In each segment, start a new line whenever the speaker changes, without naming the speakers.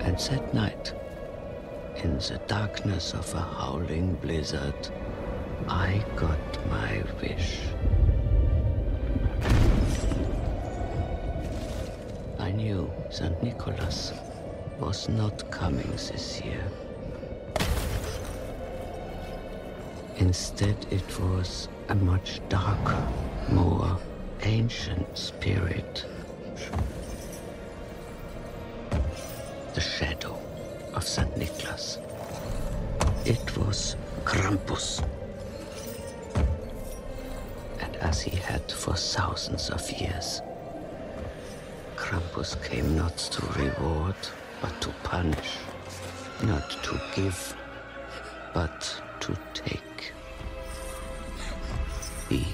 and at night, in the darkness of a howling blizzard, I got my wish. I knew St. Nicholas was not coming this year. Instead, it was a much darker, more ancient spirit. The shadow of St. Nicholas. It was Krampus. And as he had for thousands of years, Krampus came not to reward, but to punish. Not to give, but to take. He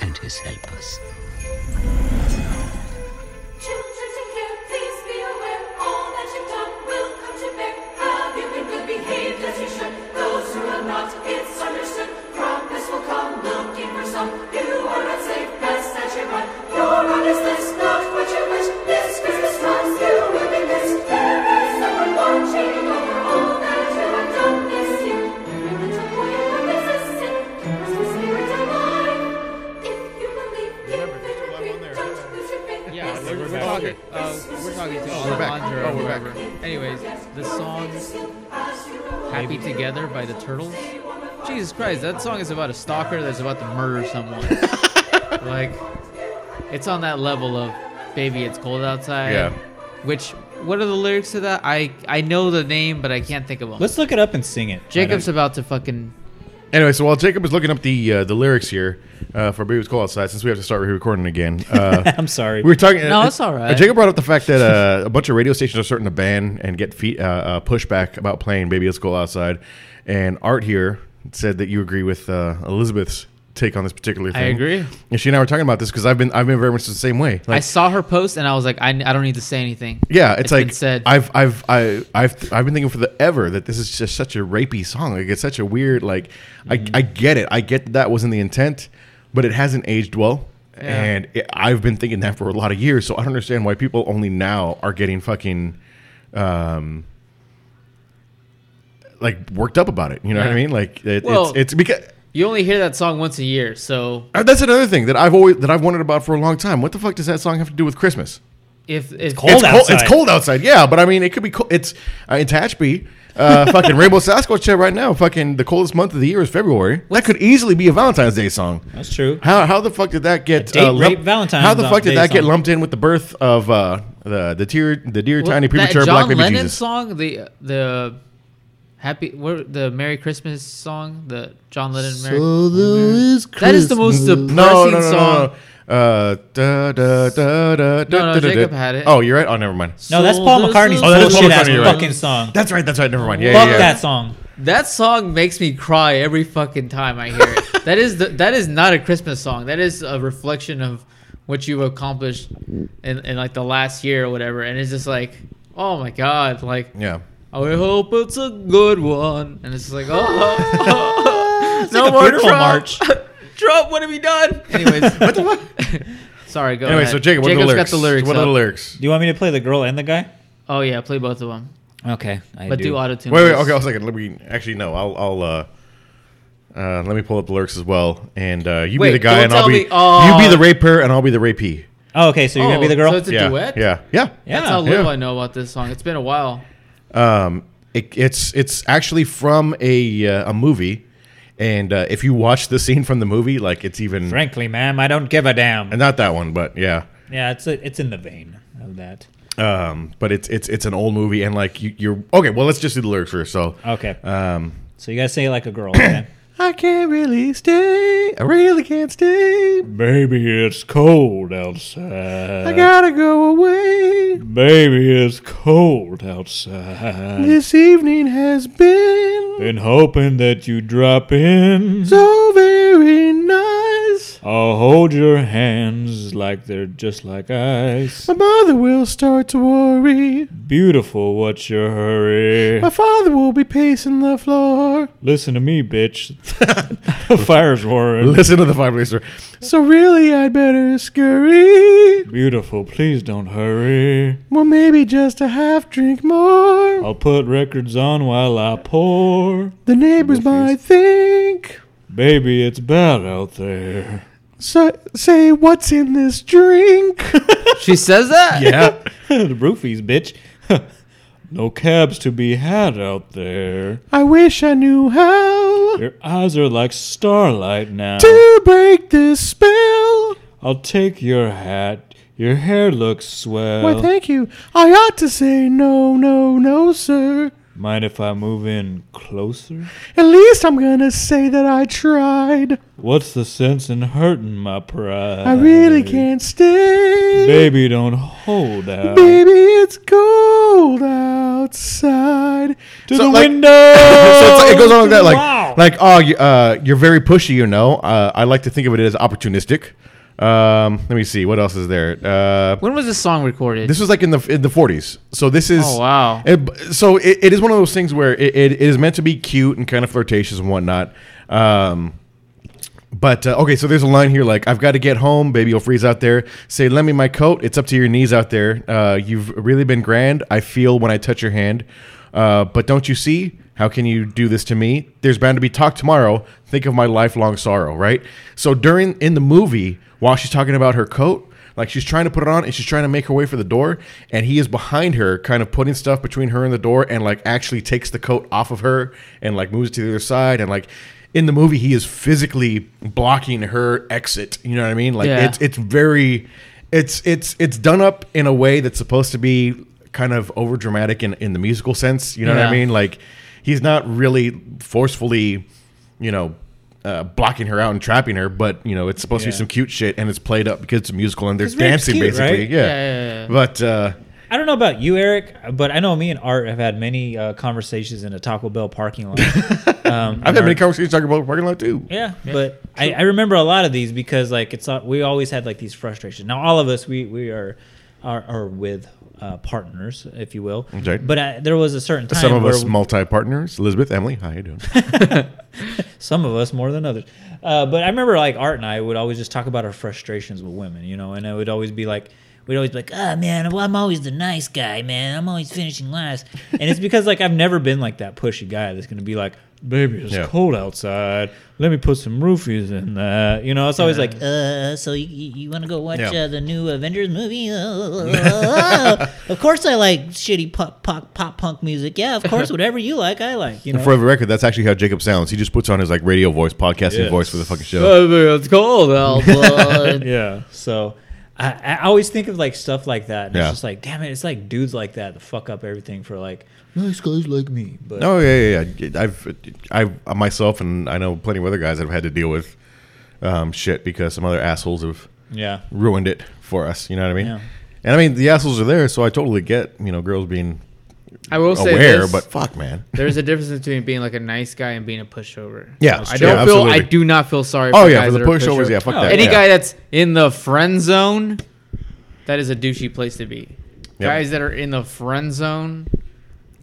and his helpers.
Children, take care, please be aware. All that you've done will come to bear. Have you been good behaved as you should? Those who have not, it's understood. Promise will come looking for some. You are not safe, best as you run. Your run is this, not what you wish. This Christmas comes, you will be missed. There is someone watching over all that you have done this year. Every little boy you have is a sin. Christmas spirit alive. If you believe, if you
Remember, there's still that one
agree,
there.
don't lose your faith.
Yeah,
Yes,
we're,
it's
we're
back.
talking.
Okay.
Uh, we're talking to
we're back.
Alejandra
Oh,
or
we're back.
whoever. Anyways, the song "Happy Together" by the Turtles. Jesus Christ, that song is about a stalker that's about to murder someone. like, it's on that level of "Baby, It's Cold Outside."
Yeah.
Which, what are the lyrics to that? I I know the name, but I can't think of them.
Let's look it up and sing it.
Jacob's about to fucking.
Anyway, so while Jacob is looking up the uh, the lyrics here uh, for "Baby It's Cold Outside," since we have to start recording again, uh,
I'm sorry.
we were talking.
No,
uh,
it's all right.
uh, Jacob brought up the fact that uh, a bunch of radio stations are starting to ban and get feet, uh, uh, pushback about playing "Baby It's Cold Outside," and Art here said that you agree with uh, Elizabeth's take on this particular thing.
I agree.
And she and I were talking about this because I've been I've been very much the same way.
I saw her post and I was like, I, I don't need to say anything.
Yeah, it's,
been
like
said.
I've I've I, I've I've been thinking for the ever that this is just such a rapey song. Like it's such a weird like
Mm-hmm.
I I get it. I get that, that wasn't the intent, but it hasn't aged well.
Yeah.
And it, I've been thinking that for a lot of years, so I don't understand why people only now are getting fucking um like worked up about it. You know what I
Yeah.
mean? Like it,
Well-
it's it's because
You only hear that song once a year, so
uh, that's another thing that I've always that I've wondered about for a long time. What the fuck does that song have to do with Christmas?
if if
cold.
it's cold.
outside.
It's cold outside. Yeah, but I mean, it could be cold. It's uh, in Tehachapi, uh, fucking Rainbow Sasquatch chat right now. Fucking the coldest month of the year is February. That could easily be a Valentine's Day song.
That's true.
How, how the fuck did that get uh,
date rape Valentine's
How the fuck did
Day
that get
song.
lumped in with the birth of uh, the the dear the dear
Well,
tiny
that
premature
John
black baby
Lennon
Jesus?
song, the the happy, what, the Merry Christmas song, the John Lennon Merry. that is the most depressing
No, no, no, no,
song.
no. Uh, da, da, da, da, da, da, da,
Jacob
da.
had it.
Oh, you're right. Oh, never mind.
No, that's
So
Paul
this
McCartney's
is-
Oh, that is Paul
bullshit ass
McCartney, you're right.
fucking song.
That's right. That's right. Never mind. Yeah,
Fuck
yeah, yeah.
that song.
That song makes me cry every fucking time I hear it. that is the, that is not a Christmas song. That is a reflection of what you accomplished in, in like the last year or whatever. And it's just like, oh my god, like
Yeah.
I hope it's a good one. And it's just like, oh, no
like a
more
funeral
Trump.
march.
Trump, what have you done? Anyways, what the fuck? Sorry, go
Anyway,
ahead.
so Jacob, what are the
Jacob's
lyrics?
got the lyrics.
What are the
up.
lyrics?
Do you want me to play the girl and the guy?
Oh yeah, play both of them,
Okay, I
but do, auto tune.
Wait, wait, okay, one second. Let me actually no, I'll, I'll uh, uh, let me pull up the lyrics as well, and uh, you
Wait,
be the guy,
don't
and I'll
tell
be
me- Oh.
you be the raper, and I'll be the rapee.
Oh, okay, so you're gonna be the
So
girl.
it's a
yeah,
duet.
Yeah, yeah,
Yeah.
That's how little
yeah.
I know about this song. It's been a while.
Um, it, it's it's actually from a uh, a movie, and uh, if you watch the scene from the movie, like it's even
Frankly, ma'am, I don't give a damn.
and not that one, but yeah.
Yeah, it's a, it's in the vein of that.
Um, but it's it's it's an old movie, and like you, you're okay. Well, let's just do the lyrics first. So
Okay,
um,
so you gotta say it like a girl. Okay?
I can't really stay. I really can't stay.
Baby, it's cold outside.
I gotta go away.
Baby, it's cold outside.
This evening has been
Been hoping that you drop in.
so very nice.
I'll hold your hands like they're just like ice.
My mother will start to worry.
Beautiful, what's your hurry?
My father will be pacing the floor.
Listen to me, bitch. the fire's roaring.
Listen to the fireplacer. So really, I'd better scurry.
Beautiful, please don't hurry.
Well, maybe just a half drink more.
I'll put records on while I pour.
The neighbors might think.
Baby, it's bad out there.
So, say what's in this drink?
She says that?
yeah.
the roofies, bitch. no cabs to be had out there.
I wish I knew how
Your eyes are like starlight now.
to break this spell.
I'll take your hat. Your hair looks swell.
Why, thank you. I ought to say no, no, no, sir.
Mind if I move in closer?
At least I'm gonna say that I tried.
What's the sense in hurting my pride?
I really can't stay.
Baby, don't hold out.
Baby, it's cold outside.
to
So,
the
like-
window.
so it's like, it goes on like that, like
Wow.
like oh, you, uh, you're very pushy, you know. Uh, I like to think of it as opportunistic. Um, let me see what else is there. Uh,
When was this song recorded?
this was like in the in the 40s. So this is
Oh, wow.
it- so it, it is one of those things where it, it, it is meant to be cute and kind of flirtatious and whatnot. Um, but uh, okay, so there's a line here like I've got to get home, baby. You'll freeze out there. Say, lend me my coat. It's up to your knees out there. Uh, you've really been grand. I feel when I touch your hand. Uh, but don't you see? How can you do this to me? There's bound to be talk tomorrow. Think of my lifelong sorrow, right? So during in the movie, while she's talking about her coat, like she's trying to put it on and she's trying to make her way for the door, and he is behind her, kind of putting stuff between her and the door, and like actually takes the coat off of her and like moves to the other side. And like in the movie, he is physically blocking her exit. You know what I mean? Like
Yeah.
it's it's very it's it's it's done up in a way that's supposed to be kind of over dramatic in, in the musical sense. You know what I
Yeah.
mean? Like he's not really forcefully, you know, uh, blocking her out and trapping her, but you know, it's supposed to be
Yeah.
some cute shit and it's played up because it's a musical and they're
'Cause rape's
dancing
cute,
basically.
right?
Yeah.
Yeah, yeah, yeah.
But uh
I don't know about you, Eric, but I know me and Art have had many uh, conversations in a Taco Bell parking lot. Um,
I've had many conversations talking about parking lot too.
Yeah, but I, I remember a lot of these because like it's not- we always had like these frustrations. Now all of us we we are are, are with uh, partners, if you will.
Okay.
But I, there was a certain time
Some of
where
us multi partners. Elizabeth, Emily, how you doing?
some of us more than others. Uh, but I remember like Art and I would always just talk about our frustrations with women, you know, and it would always be like, we'd always be like, oh man, well, I'm always the nice guy, man. I'm always finishing last. and it's because like I've never been like that pushy guy that's going to be like,
Baby, it's
Yeah.
cold outside. Let me put some roofies in that.
you know, it's always like,
uh, so you, you want to go watch
Yeah.
uh, the new Avengers movie? Uh, of course, I like shitty pop, pop pop punk music. Yeah, of course, whatever you like, I like. You know,
And for the record, that's actually how Jacob sounds. He just puts on his like radio voice, podcasting
Yes.
voice for the fucking show.
Baby, it's cold outside.
Yeah.
So I, I always think of like stuff like that. And
Yeah.
It's just like, damn it, it's like dudes like that that fuck up everything for like nice guys like me. But
No, Oh, yeah, yeah, yeah. I've, I've myself, and I know plenty of other guys that have had to deal with um, shit because some other assholes have
yeah,
ruined it for us. You know what I mean?
Yeah.
And I mean, the assholes are there, so I totally get you know girls being
I will say
aware,
this,
but fuck, man.
there's a difference between being like a nice guy and being a pushover.
Yeah,
I
yeah,
don't feel.
absolutely.
I do not feel sorry.
Oh
for
yeah,
guys
for the
that are
pushovers, yeah, fuck that.
Any
yeah.
guy that's in the friend zone, that is a douchey place to be.
Yep.
Guys that are in the friend zone,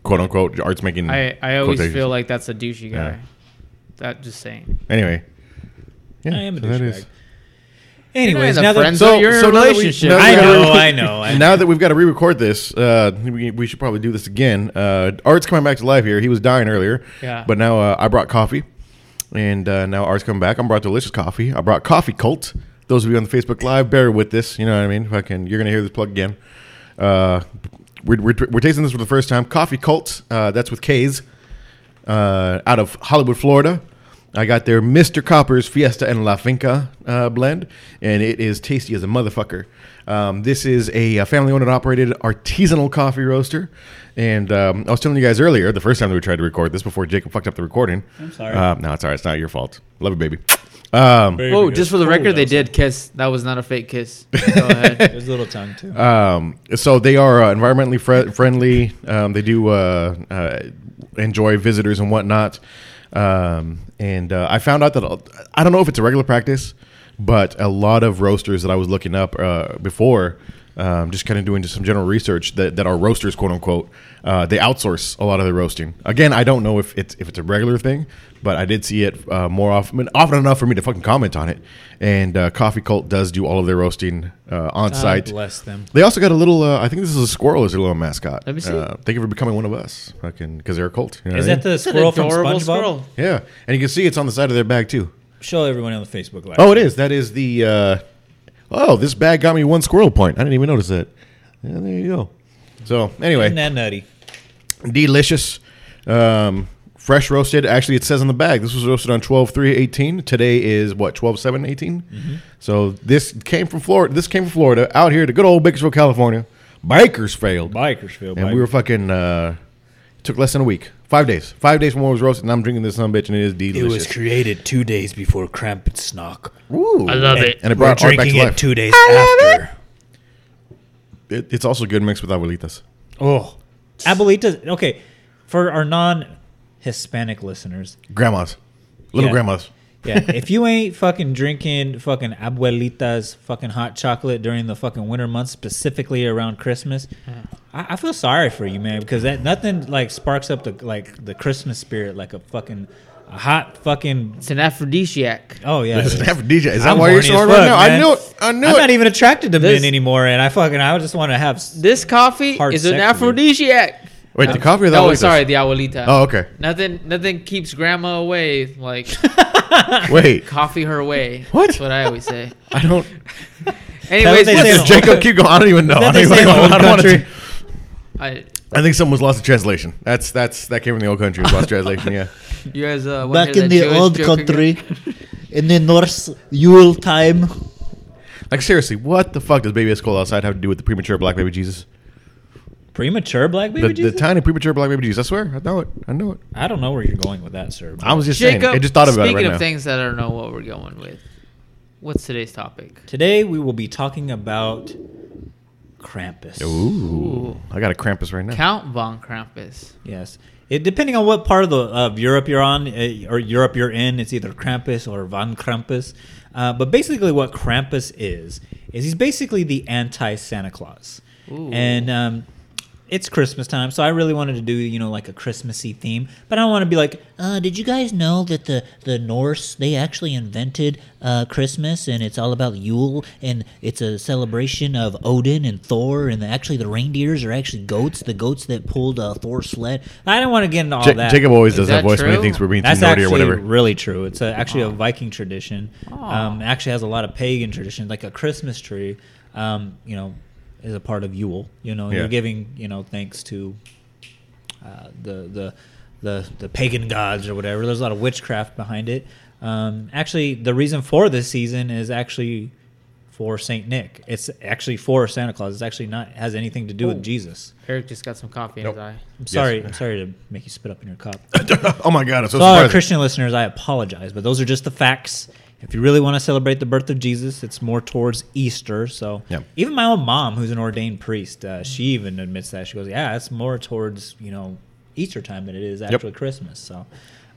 quote unquote arts making.
I, I always
quotations.
feel like that's a douchey guy.
Mm. Yeah.
That just saying.
anyway. Yeah,
I am a
so that is-
douchebag. Anyways,
You're
now
not in a friend
that
zone,
So-
you're in
so
a
now that we-
relationship.
now that we
I know, I know, I
And
know.
now that we've got to re-record this, uh, we, we should probably do this again. Uh, Art's coming back to life here. He was dying earlier,
Yeah.
But now uh, I brought coffee, and uh, now Art's coming back. I brought delicious coffee. I brought coffee cult. Those of you on the Facebook Live, bear with this. You know what I mean? Fucking, you're gonna hear this plug again. Uh, we're, we're, we're tasting this for the first time. Coffee cult. Uh, that's with K's uh, out of Hollywood, Florida. I got their Mr. Copper's Fiesta and La Finca uh, blend, and it is tasty as a motherfucker. Um, this is a, family owned and operated artisanal coffee roaster. And um, I was telling you guys earlier, the first time that we tried to record this before Jacob fucked up the recording. I'm
sorry.
Uh, no, it's all right. It's not your fault. Love you, baby.
Baby,
Whoa,
it's
just for the
cold
record, they
outside.
did kiss. That was not a fake kiss. Go ahead.
there's a little tongue too.
Um, so they are uh, environmentally fri friendly. Um, they do uh, uh, enjoy visitors and whatnot. Um, and uh, I found out that I don't know if it's a regular practice, but a lot of roasters that I was looking up uh, before, um, just kind of doing just some general research that, that are roasters, quote unquote, uh, they outsource a lot of their roasting. Again, I don't know if it's if it's a regular thing, but I did see it uh, more often, often enough for me to fucking comment on it. And uh, Coffee Cult does do all of their roasting uh, on site.
bless them.
They also got a little. Uh, I think this is a squirrel as their little mascot.
Let me see.
Uh, thank you for becoming one of us, fucking, because they're a cult. you know
Is
what I
that the
It's an
squirrel from
adorable
SpongeBob?
squirrel.
mean? Yeah, and you can see it's on the side of their bag too.
Show everyone on the Facebook live.
Oh, it is. That is the. Uh, oh, this bag got me one squirrel point. I didn't even notice that. Yeah, there you go. So
Isn't
anyway,
that nutty?
delicious, um, fresh roasted. Actually, it says on the bag this was roasted on 12-3-18. Today is what 12-7-18? So this came from Florida. This came from Florida out here to good old Bakersfield, California. Bakers failed.
Bakersfield.
And we were fucking. Uh, took less than a week. Five days. Five days from when it was roasted, and I'm drinking this son of a bitch, and it is delicious.
created two days before Krampensnack.
Ooh. I
love it.
And it brought art back to life.
days after.
It- it's also good mixed with abuelitas.
Oh,
Abuelita. Okay, for our non-Hispanic listeners,
Grandmas. Little
Yeah.
grandmas.
yeah, if you ain't fucking drinking fucking abuelita's fucking hot chocolate during the fucking winter months, specifically around Christmas,
Mm-hmm.
I, I feel sorry for you, man, because that nothing like sparks up the like the Christmas spirit like a fucking a hot fucking.
It's an aphrodisiac.
Oh yeah,
This is
it is.
half DJ. Is that
I'm
why you're
horny
so
as
hard right
fuck,
now? I
man.
knew it. I knew
I'm
it.
not even attracted to
This-
men anymore, and I fucking I just want to have. s-
This coffee
Hard
is an
sex with you.
aphrodisiac.
Wait, the coffee or the
oh,
abuelitas?
sorry, the abuelita.
Oh, okay.
Nothing, nothing keeps grandma away like
Wait.
coffee her way.
What?
That's what I always say.
I don't.
Anyways,
they say
listen,
in-
Jacob, keep going. I don't even know. I,
that
don't
they
even
say in
know.
the old
I don't wanna-
country?
I,
I think someone was lost in translation. That's that's that came from the old country. was Lost translation. Yeah.
you guys uh, wanna
Back
hear
in
that
the
Jewish
old
joke again?
country, in the Norse Yule time.
Like seriously, what the fuck does Baby S. Cole outside have to do with the premature black baby Jesus?
Premature black baby
The, the
Jesus?
tiny premature black baby Jesus. I swear, I know it. I know it.
I don't know where you're going with that, sir.
I was just saying.
Jacob,
I just thought about it
speaking
right
of
now.
things that I don't know what we're going with, what's today's topic?
Today we will be talking about Krampus.
Ooh, I got a Krampus right now.
Count von Krampus.
Yes. It, depending on what part of the of Europe you're on uh, or Europe you're in, it's either Krampus or von Krampus. Uh, but basically, what Krampus is is he's basically the anti Santa Claus, and um, it's Christmas time, so I really wanted to do you know like a Christmassy theme, but I don't want to be like
Uh, did you guys know that the, the Norse they actually invented uh, Christmas and it's all about Yule and it's a celebration of Odin and Thor and actually the reindeers are actually goats the goats that pulled uh, Thor's sled.
I don't want to get into all
Ja-
that.
Jacob always
Is
does that,
that
voice when he
true?
thinks we're being too
That's
nerdy
actually
or whatever.
really true. It's a, actually a Viking tradition. Um, it actually has a lot of pagan traditions, like a Christmas tree. Um, you know, is a part of Yule. You know,
Yeah.
you're giving you know thanks to uh, the the the the pagan gods or whatever. There's a lot of witchcraft behind it. Um, actually, the reason for this season is actually for Saint Nick. It's actually for Santa Claus. It's actually not has anything to do with Jesus.
Eric just got some coffee in his eye.
I'm sorry. I'm sorry to make you spit up in your cup.
oh my god, I'm so
To all our
surprised.
Christian listeners, I apologize, but those are just the facts. If you really want to celebrate the birth of Jesus, it's more towards Easter. So
Yep.
even my own mom, who's an ordained priest, uh, she even admits that. She goes, "Yeah, it's more towards you know Easter time than it is actually Christmas." So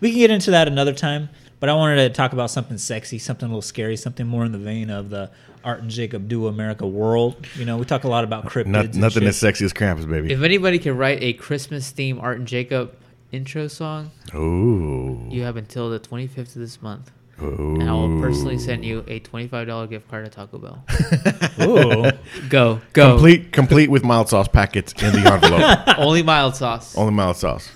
we can get into that another time. But I wanted to talk about something sexy, something a little scary, something more in the vein of the Art and Jacob Do America world. You know, we talk a lot about cryptids.
Not,
and
nothing
shit.
as sexy as Krampus, baby.
If anybody could write a Christmas theme Art and Jacob intro song,
Ooh.
you have until the 25th of this month. And I will personally send you a $25 gift card to Taco Bell.
Ooh.
Go, go.
Complete, complete with mild sauce packets in the envelope.
Only mild sauce.
Only mild sauce.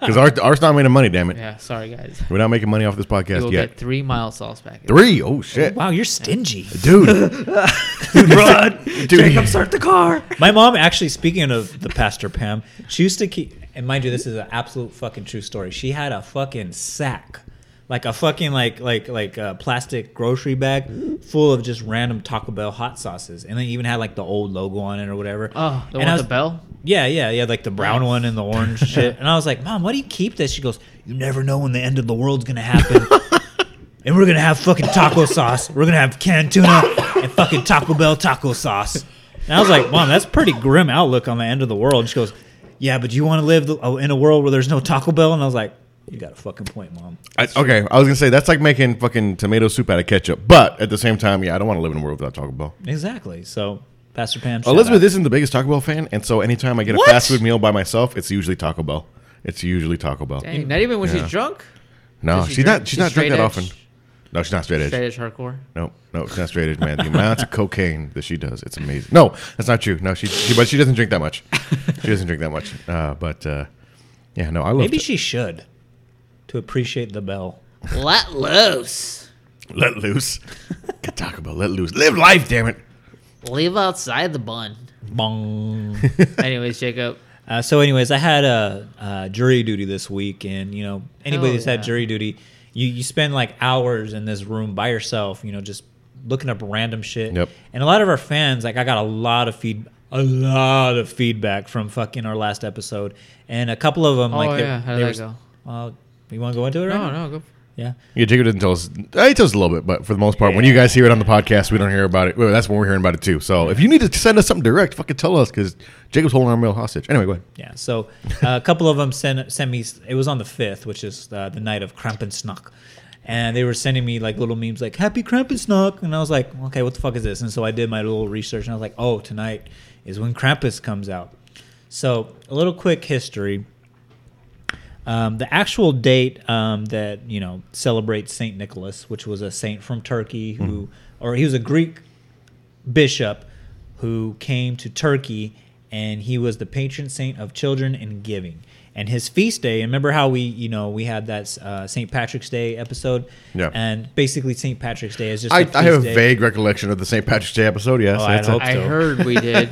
Because ours, ours not making money, damn it.
Yeah, sorry guys.
We're not making money off this
You
podcast
will
yet.
get three mild sauce packets.
Three. Oh shit,
Wow, you're stingy.
dude. dude, run, dude.
start the car. My mom actually, speaking of the pastor Pam, she used to keep. And mind you, this is an absolute fucking true story. She had a fucking sack, like a fucking like like like a plastic grocery bag full of just random Taco Bell hot sauces, and they even had like the old logo on it or whatever.
Oh, the
And
one with
I was-
the bell?
yeah, yeah, yeah, like the brown one and the orange shit. And I was like, Mom, why do you keep this? She goes, You never know when the end of the world's gonna happen. and we're gonna have fucking taco sauce. We're gonna have canned tuna and fucking Taco Bell taco sauce. And I was like, Mom, that's pretty grim uh, outlook on the end of the world. And she goes, Yeah, but you want to live the, oh, in a world where there's no Taco Bell? And I was like, You got a fucking point, mom.
I, okay, I was gonna say that's like making fucking tomato soup out of ketchup, but at the same time, yeah, I don't want to live in a world without Taco Bell.
Exactly. So, Pastor Pam. shout
Elizabeth
out.
isn't the biggest Taco Bell fan, and so anytime I get a
What?
fast food meal by myself, it's usually Taco Bell. It's usually Taco Bell.
Dang, not even when
Yeah.
she's drunk.
No,
Does
she's
she drink-
not.
she's
She's not drunk
straight
that
edge?
often. No, she's not straight edge.
Straight edge hardcore.
No, no, she's not straight edge, man. The amount of cocaine that she does, it's amazing. No, that's not true. No, she, she but she doesn't drink that much. She doesn't drink that much. Uh, but uh, yeah, no, I love.
Maybe
Maybe
she should to appreciate the bell.
Let loose.
let loose. Good Taco Bell, let loose. Live life, damn it.
Leave outside the bun.
Bong.
Anyways, Jacob.
Uh, so, anyways, I had a uh, jury duty this week, and you know, anybody
Hell
that's had
Oh, yeah.
jury duty, you you spend like hours in this room by yourself, you know, just looking up random shit.
Yep.
And a lot of our fans, like, I got a lot of feed, a lot of feedback from fucking our last episode, and a couple of them,
Oh,
like, they-
yeah. How
they
did
were-
that go?
Uh, you want to go into it? Right
No,
now?
no, go.
Yeah.
Yeah, Jacob didn't tell us. Uh, he tells us a little bit, but for the most part, when you guys hear it on the podcast, we don't hear about it. Well, that's when we're hearing about it too. So if you need to send us something direct, fucking tell us because Jacob's holding our mail hostage. Anyway, go ahead.
Yeah. So uh, a couple of them sent sent me. It was on the fifth, which is uh, the night of Krampensnacht, and they were sending me like little memes like "Happy Krampensnacht," and I was like, "Okay, what the fuck is this?" And so I did my little research, and I was like, "Oh, tonight is when Krampus comes out." So a little quick history. Um, the actual date um, that you know celebrates Saint Nicholas, which was a saint from Turkey who,
Mm-hmm.
or he was a Greek bishop who came to Turkey and he was the patron saint of children and giving. And his feast day, and remember how we, you know, we had that uh, St. Patrick's Day episode?
Yeah.
And basically, St. Patrick's Day is just. a
I, I have a
feast day.
vague recollection of the St. Patrick's Day episode. Yes,
Oh, I'd
that's it.
hope
I
so.
heard we did.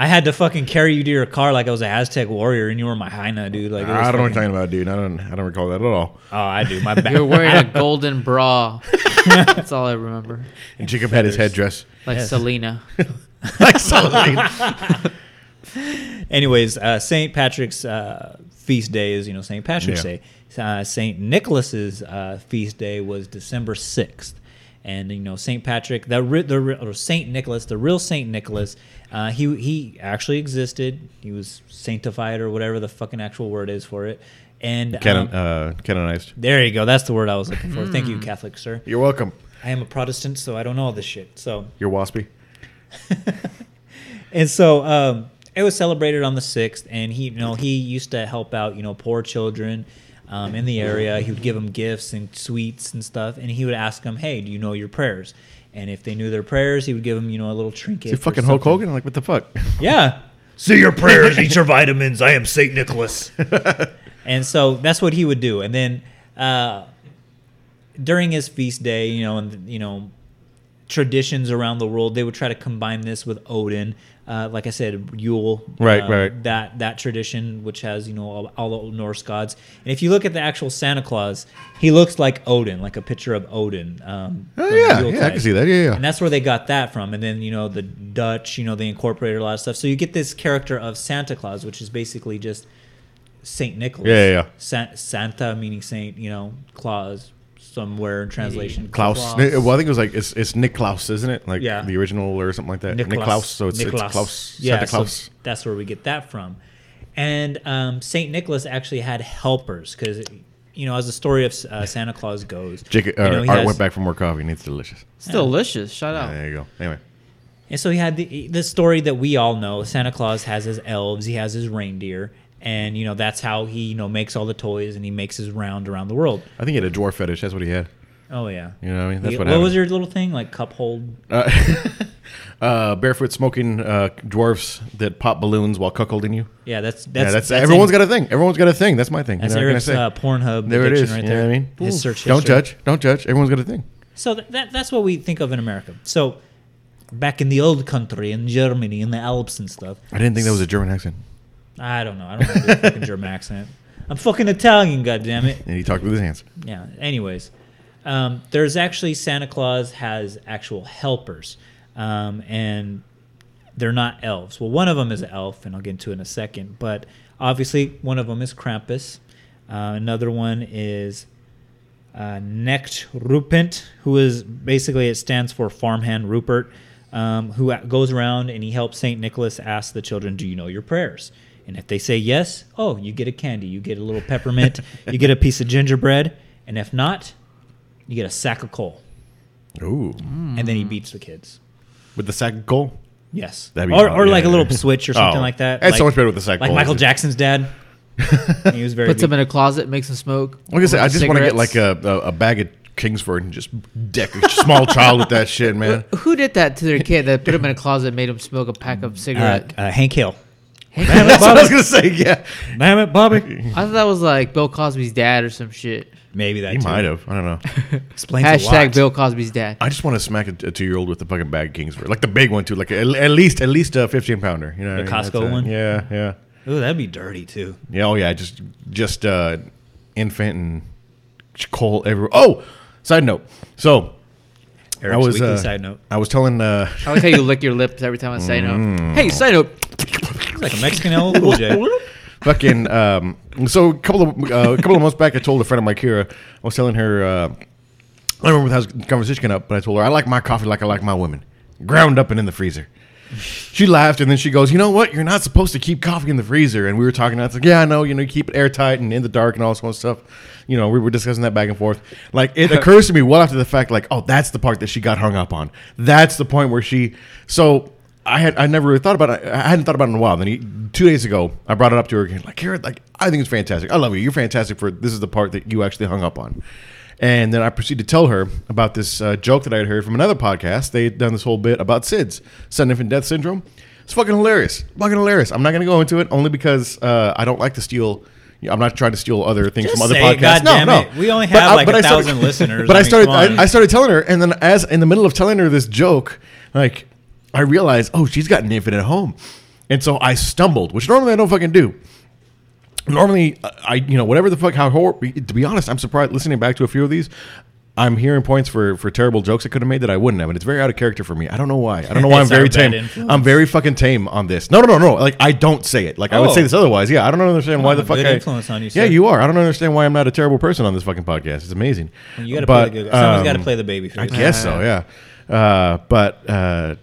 I had to fucking carry you to your car like I was an Aztec warrior and you were my hyena, dude. Like, it was
I don't know what you're
fucking-
talking about, dude. I don't. I don't recall that at all.
Oh, I do. My back.
You're wearing a golden bra. That's all I remember.
And Jacob had his headdress.
Like Selena.
like something.
Anyways, uh, St. Patrick's uh, feast day is, you know, St. Patrick's
Yeah.
Day. Uh, St. Nicholas's uh, feast day was December 6th. And, you know, St. Patrick, the, re- the re- or St. Nicholas, the real St. Nicholas, uh, he, he actually existed. He was sanctified or whatever the fucking actual word is for it. And
Canon,
um,
uh, canonized.
there you go. That's the word I was looking for. Thank you, Catholic sir.
You're welcome.
I am a Protestant, so I don't know all this shit. So
You're waspy.
and so um, it was celebrated on the sixth, and he, you know, he used to help out, you know, poor children um, in the area. He would give them gifts and sweets and stuff, and he would ask them, "Hey, do you know your prayers?" And if they knew their prayers, he would give them, you know, a little trinket.
You
or
fucking Hulk
something.
Hogan? Like what the fuck?
Yeah.
Say your prayers, eat your vitamins. I am Saint Nicholas.
And so that's what he would do. And then uh, during his feast day, you know, and you know, traditions around the world, they would try to combine this with Odin. Uh, like I said, Yule,
Right,
uh,
right.
That that tradition, which has you know all, all the old Norse gods. And if you look at the actual Santa Claus, he looks like Odin, like a picture of Odin. Um,
Oh,
from
yeah,
Yuletide.
yeah, I can see that. Yeah, yeah.
And that's where they got that from. And then, you know, the Dutch, you know, they incorporated a lot of stuff. So you get this character of Santa Claus, which is basically just Saint Nicholas.
Yeah, yeah, yeah.
Sa- Santa meaning saint, you know, Claus somewhere in translation.
Klaus. Ni- Well, I think it was like it's it's Nick Klaus, isn't it? Like
Yeah.
the original or something like that. Nick Klaus. So it's, it's Klaus.
Yeah,
Santa
so
Klaus.
that's where we get that from. And um, Saint Nicholas actually had helpers because, you know, as the story of uh, Santa Claus goes,
Jacob, uh,
you know, he
Art
has- Oh.
went back for more coffee. and It's delicious.
It's delicious. Shut up.
There you go. Anyway,
And so he had the, the story that we all know. Santa Claus has his elves, he has his reindeer, and you know that's how he you know makes all the toys and he makes his round around the world.
I think he had a dwarf fetish. That's what he had.
Oh yeah,
You know what I mean? That's
He-
what
was
happened.
your little thing like cup hold?
Uh, barefoot smoking uh, dwarfs that pop balloons while cuckolding you.
Yeah, that's that's,
Yeah, that's,
that's
everyone's got a thing. Everyone's got a thing. That's my thing.
That's
you know, what can I
Eric's
say?
uh, Pornhub
there it
addiction
is.
right
you know
there.
what I mean?
His search
Don't
history.
judge. Don't judge. Everyone's got a thing.
So th- that that's what we think of in America. So back in the old country in Germany in the Alps and stuff.
I didn't think that was a German accent.
I don't know. I don't have a fucking German accent. I'm fucking Italian, goddammit.
And he talked with his hands.
yeah anyways um, there's actually santa claus has actual helpers um, and they're not elves well one of them is an elf and i'll get into it in a second but obviously one of them is krampus uh, another one is uh, Necht Rupent, who is basically it stands for farmhand Rupert, um, who a- goes around and he helps Saint Nicholas ask the children, "Do you know your prayers?" And if they say yes, oh, you get a candy, you get a little peppermint, you get a piece of gingerbread, and if not, you get a sack of coal.
Ooh.
And then he
Hmm.
beats Mm. the kids.
With the sack goal?
Yes,
That'd be
or,
fun,
or
yeah,
like a
yeah.
little switch or something
Oh,
like that.
that's so
Like-
much better with the sack
Like
bowls.
Michael Jackson's dad. he was very.
Puts them
big.
in a closet, makes them smoke.
Like I said, I just want to get
cigarettes.
like a, a, a bag of Kingsford and just deck a small child with that shit, man.
Who did that to their kid that put him in a closet and made him smoke a pack of
uh,
cigarette?
uh, Hank Hill.
That's what I was gonna say. Yeah,
Damn it, Bobby.
I thought that was like Bill Cosby's dad or some shit.
Maybe that
he
too.
might have. I don't know.
explains a
Hashtag
lot.
Bill Cosby's dad.
I just want to smack a, a two year old with the fucking bag of Kingsford, like the big one too, like at, at least at least a fifteen pounder. You know,
The
what I mean?
Costco
That's it.
one?
Yeah, yeah,
Ooh, that'd be dirty too.
yeah. Oh yeah, just just uh, infant and coal everywhere. Oh, side note. So
Eric's
I was
weekly
uh,
side note.
I was telling uh,
I like how you lick your lips every time I say
Mm.
no. Hey, say no.
It's like a Mexican El Cool J.
fucking um, so a couple of uh, a couple of months back, I told a friend of mine, Kira, I was telling her, uh, I don't remember how the conversation came up, but I told her I like my coffee like I like my women, ground up and in the freezer. She laughed and then she goes, "You know what? You're not supposed to keep coffee in the freezer." And we were talking. I was like, "Yeah, I know. You know, you keep it airtight and in the dark and all this kind of stuff." You know, we were discussing that back and forth. Like it occurs to me well after the fact, like, "Oh, that's the part that she got hung up on. That's the point where she." So I had I never really thought about it. I hadn't thought about it in a while. Then he, two days ago, I brought it up to her again. Like, "Karen, like I think it's fantastic. I love you. You're fantastic for this is the part that you actually hung up on." And then I proceeded to tell her about this uh, joke that I had heard from another podcast. They had done this whole bit about SIDS, sudden infant death syndrome. It's fucking hilarious. Fucking hilarious. I'm not going to go into it only because uh, I don't like to steal. I'm not trying to steal other things
Just
from other
say it,
podcasts.
goddamn
no,
it.
no.
We only
But
have
I-
like
but
a
I started-
thousand listeners.
But
I
I
mean,
started.
come on.
I, I started telling her, and then as in the middle of telling her this joke, like I realized, oh, she's got an infant at home, and so I stumbled, which normally I don't fucking do normally uh, I- I you know whatever the fuck how hor- to be honest I'm surprised listening back to a few of these I'm hearing points for for terrible jokes I could have made that I wouldn't have and it's very out of character for me I don't know why I don't know why I'm
It's our
very
bad
tame
influence.
I'm very fucking tame on this no no no no like I don't say it like I would
Oh.
say this otherwise yeah I don't understand why
I'm
the
a
fuck
good
I,
influence on you,
yeah
sir.
you are I don't understand why I'm not a terrible person on this fucking podcast it's amazing
You gotta
But,
play the good. Someone's got to
um,
play the baby face.
I guess so, yeah. Uh, but uh,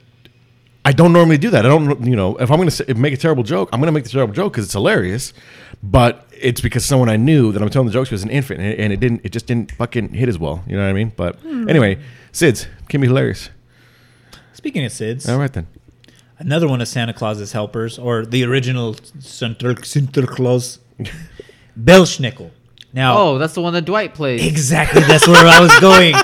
I don't normally do that. I don't, you know, if I'm going to make a terrible joke, I'm going to make the terrible joke because it's hilarious. But it's because someone I knew that I'm telling the jokes to was an infant, and it, and it didn't. It just didn't fucking hit as well. You know what I mean? But
Hmm.
anyway, Sids can be hilarious.
Speaking of Sids,
All right then.
another one of Santa Claus's helpers, or the original Santa, Santa Claus, Belschnickel. Now,
Oh, that's the one that Dwight played.
Exactly, that's where I was going.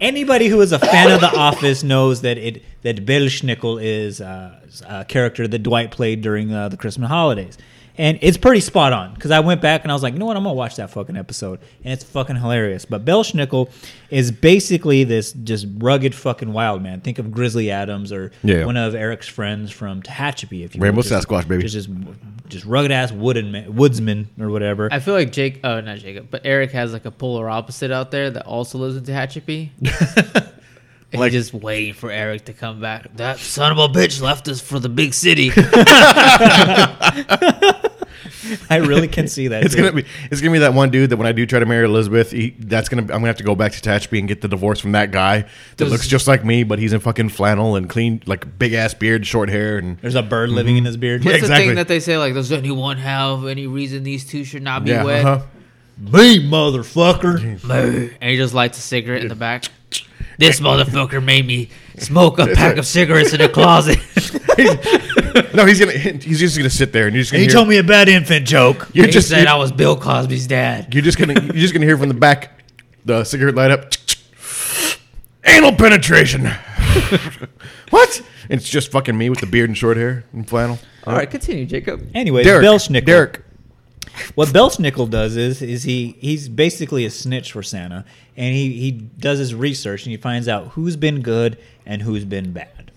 Anybody who is a fan of The Office knows that it that Belschnickel is uh, a character that Dwight played during uh, the Christmas holidays, and it's pretty spot on. Because I went back and I was like, you know what, I'm gonna watch that fucking episode, and it's fucking hilarious. But Belschnickel is basically this just rugged fucking wild man. Think of Grizzly Adams or
Yeah.
one of Eric's friends from Tehachapi, if you
Rainbow
will. Just-
Sasquatch, baby.
Just just, just rugged ass wooden man, woodsman or whatever.
I feel like Jake, oh, not Jacob, but Eric has like a polar opposite out there that also lives in Tehachapi. And
Like-
he's just waiting for Eric to come back. That son of a bitch left us for the big city.
I really can see that.
It's
too.
gonna be it's gonna be that one dude that when I do try to marry Elizabeth, he, that's gonna I'm gonna have to go back to Tatchby and get the divorce from that guy that
Does-
looks just like me, but he's in fucking flannel and clean, like big ass beard, short hair, and
There's a bird living
Mm-hmm.
in his beard.
Yeah,
That's the
exactly.
thing that they say, like, does anyone have any reason these two should not be
yeah,
wed?
uh-huh.
Me, motherfucker.
And he just lights a cigarette in the back. This motherfucker made me smoke a pack of cigarettes in a closet.
No, he's gonna. He's just gonna sit there, and you're just gonna.
He
hear,
told me a bad infant joke.
You're
he
just.
said
You're,
I was Bill Cosby's dad.
you're just gonna. You're just gonna hear from the back, the cigarette light up. Anal penetration. what? And it's just fucking me with the beard and short hair and flannel.
All right, continue, Jacob.
Anyways,
Derek.
Belschnickel.
Derek.
What Belschnickel does is is he he's basically a snitch for Santa, and he he does his research and he finds out who's been good and who's been bad.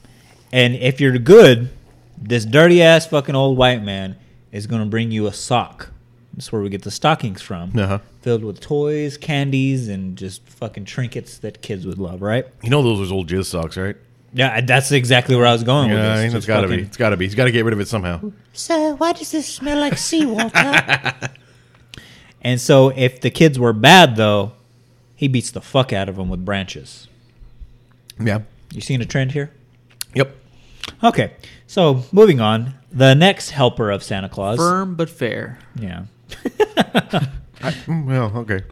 And if you're good, this dirty ass fucking old white man is gonna bring you a sock. That's where we get the stockings from,
Uh-huh.
filled with toys, candies, and just fucking trinkets that kids would love, right?
You know those are old jizz socks, right?
Yeah, that's exactly where I was going with
Yeah,
this.
I mean,
Oh, Just
it's gotta
fucking-
be. It's gotta be. He's gotta get rid of it somehow.
So why does this smell like seawater?
And so if the kids were bad though, he beats the fuck out of them with branches.
Yeah.
You seeing a trend here?
Yep.
Okay, so moving on. The next helper of Santa Claus.
Firm but fair.
Yeah.
Mm, well, okay.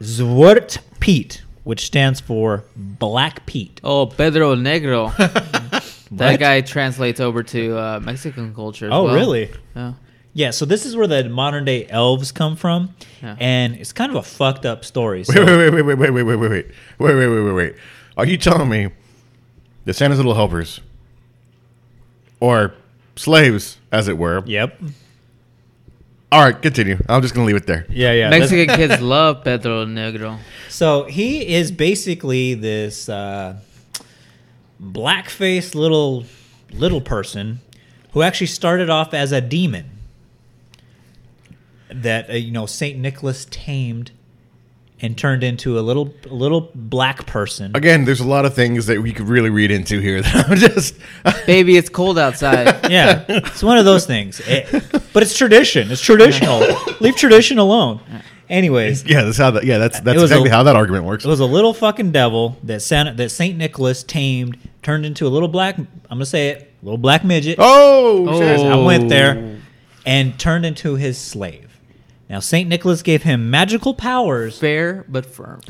Zwart Pete, which stands for Black Pete.
Oh, Pedro el Negro.
What?
that guy translates over to uh, Mexican culture. as
Oh,
well.
really?
Yeah.
Yeah, so this is where the modern day elves come from,
Yeah.
and it's kind of a fucked up story.
Wait,
So,
wait, wait, wait, wait, wait, wait, wait, wait, wait, wait, wait, wait, wait. Are you telling me that Santa's little helpers, or slaves, as it were?
yep.
All right, continue. I'm just gonna leave it there.
Yeah, yeah. that's-
Mexican kids love Pedro el Negro.
So he is basically this uh, black-faced little little person who actually started off as a demon that uh, you know Saint Nicholas tamed and turned into a little a little black person.
Again, there's a lot of things that we could really read into here. That I'm just.
Baby, it's cold outside.
Yeah, it's one of those things. It- but it's tradition. It's traditional. Leave tradition alone. Anyways,
Yeah, that's how that. Yeah, that's that's
It was
exactly
a-
how that argument works.
It was a little fucking devil that Santa, that Saint Nicholas tamed, turned into a little black. I'm gonna say it, little black midget.
oh, shit.
Oh.
I went there, and turned into his slave. Now Saint Nicholas gave him magical powers.
fair but firm.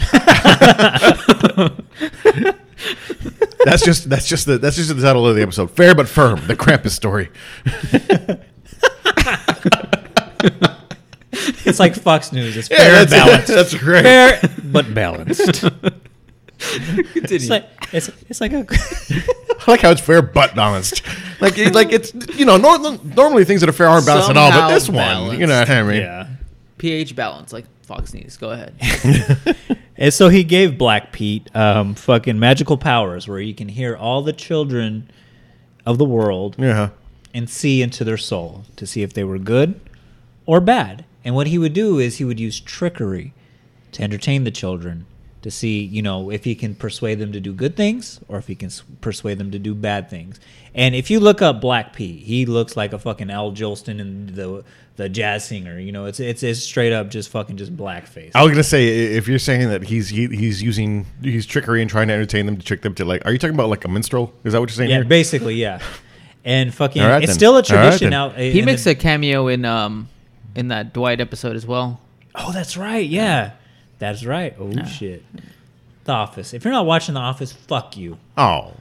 that's just that's just the that's just the title of the episode. Fair but firm. The Krampus story.
It's like Fox News. It's
Yeah,
fair and
that's,
balanced.
That's great.
Fair but balanced. It's like it's, it's like a
I like how it's fair but balanced. Like it, like it's you know nor- normally things that are fair aren't balanced at all, but
Somehow
this one, you know what I mean?
yeah.
pH balance, like Fox News. Go ahead.
And so he gave Black Pete um, fucking magical powers where you can hear all the children of the world
Yeah.
and see into their soul to see if they were good or bad. And what he would do is he would use trickery to entertain the children to see, you know, if he can persuade them to do good things or if he can s- persuade them to do bad things. And if you look up Black Pete, he looks like a fucking Al Jolston and the the jazz singer. You know, it's it's, it's straight up just fucking just blackface.
I was gonna say i- if you're saying that he's he, he's using he's trickery and trying to entertain them to trick them to like, are you talking about like a minstrel? Is that what you're saying?
Yeah,
here?
basically, yeah. And fucking,
All right
it's
then.
still
All
a
right then.
tradition now.
He makes a cameo in um in that Dwight episode as well.
Oh, that's right. Yeah, that's right. Oh shit. The Office. If you're not watching The Office, fuck you.
oh,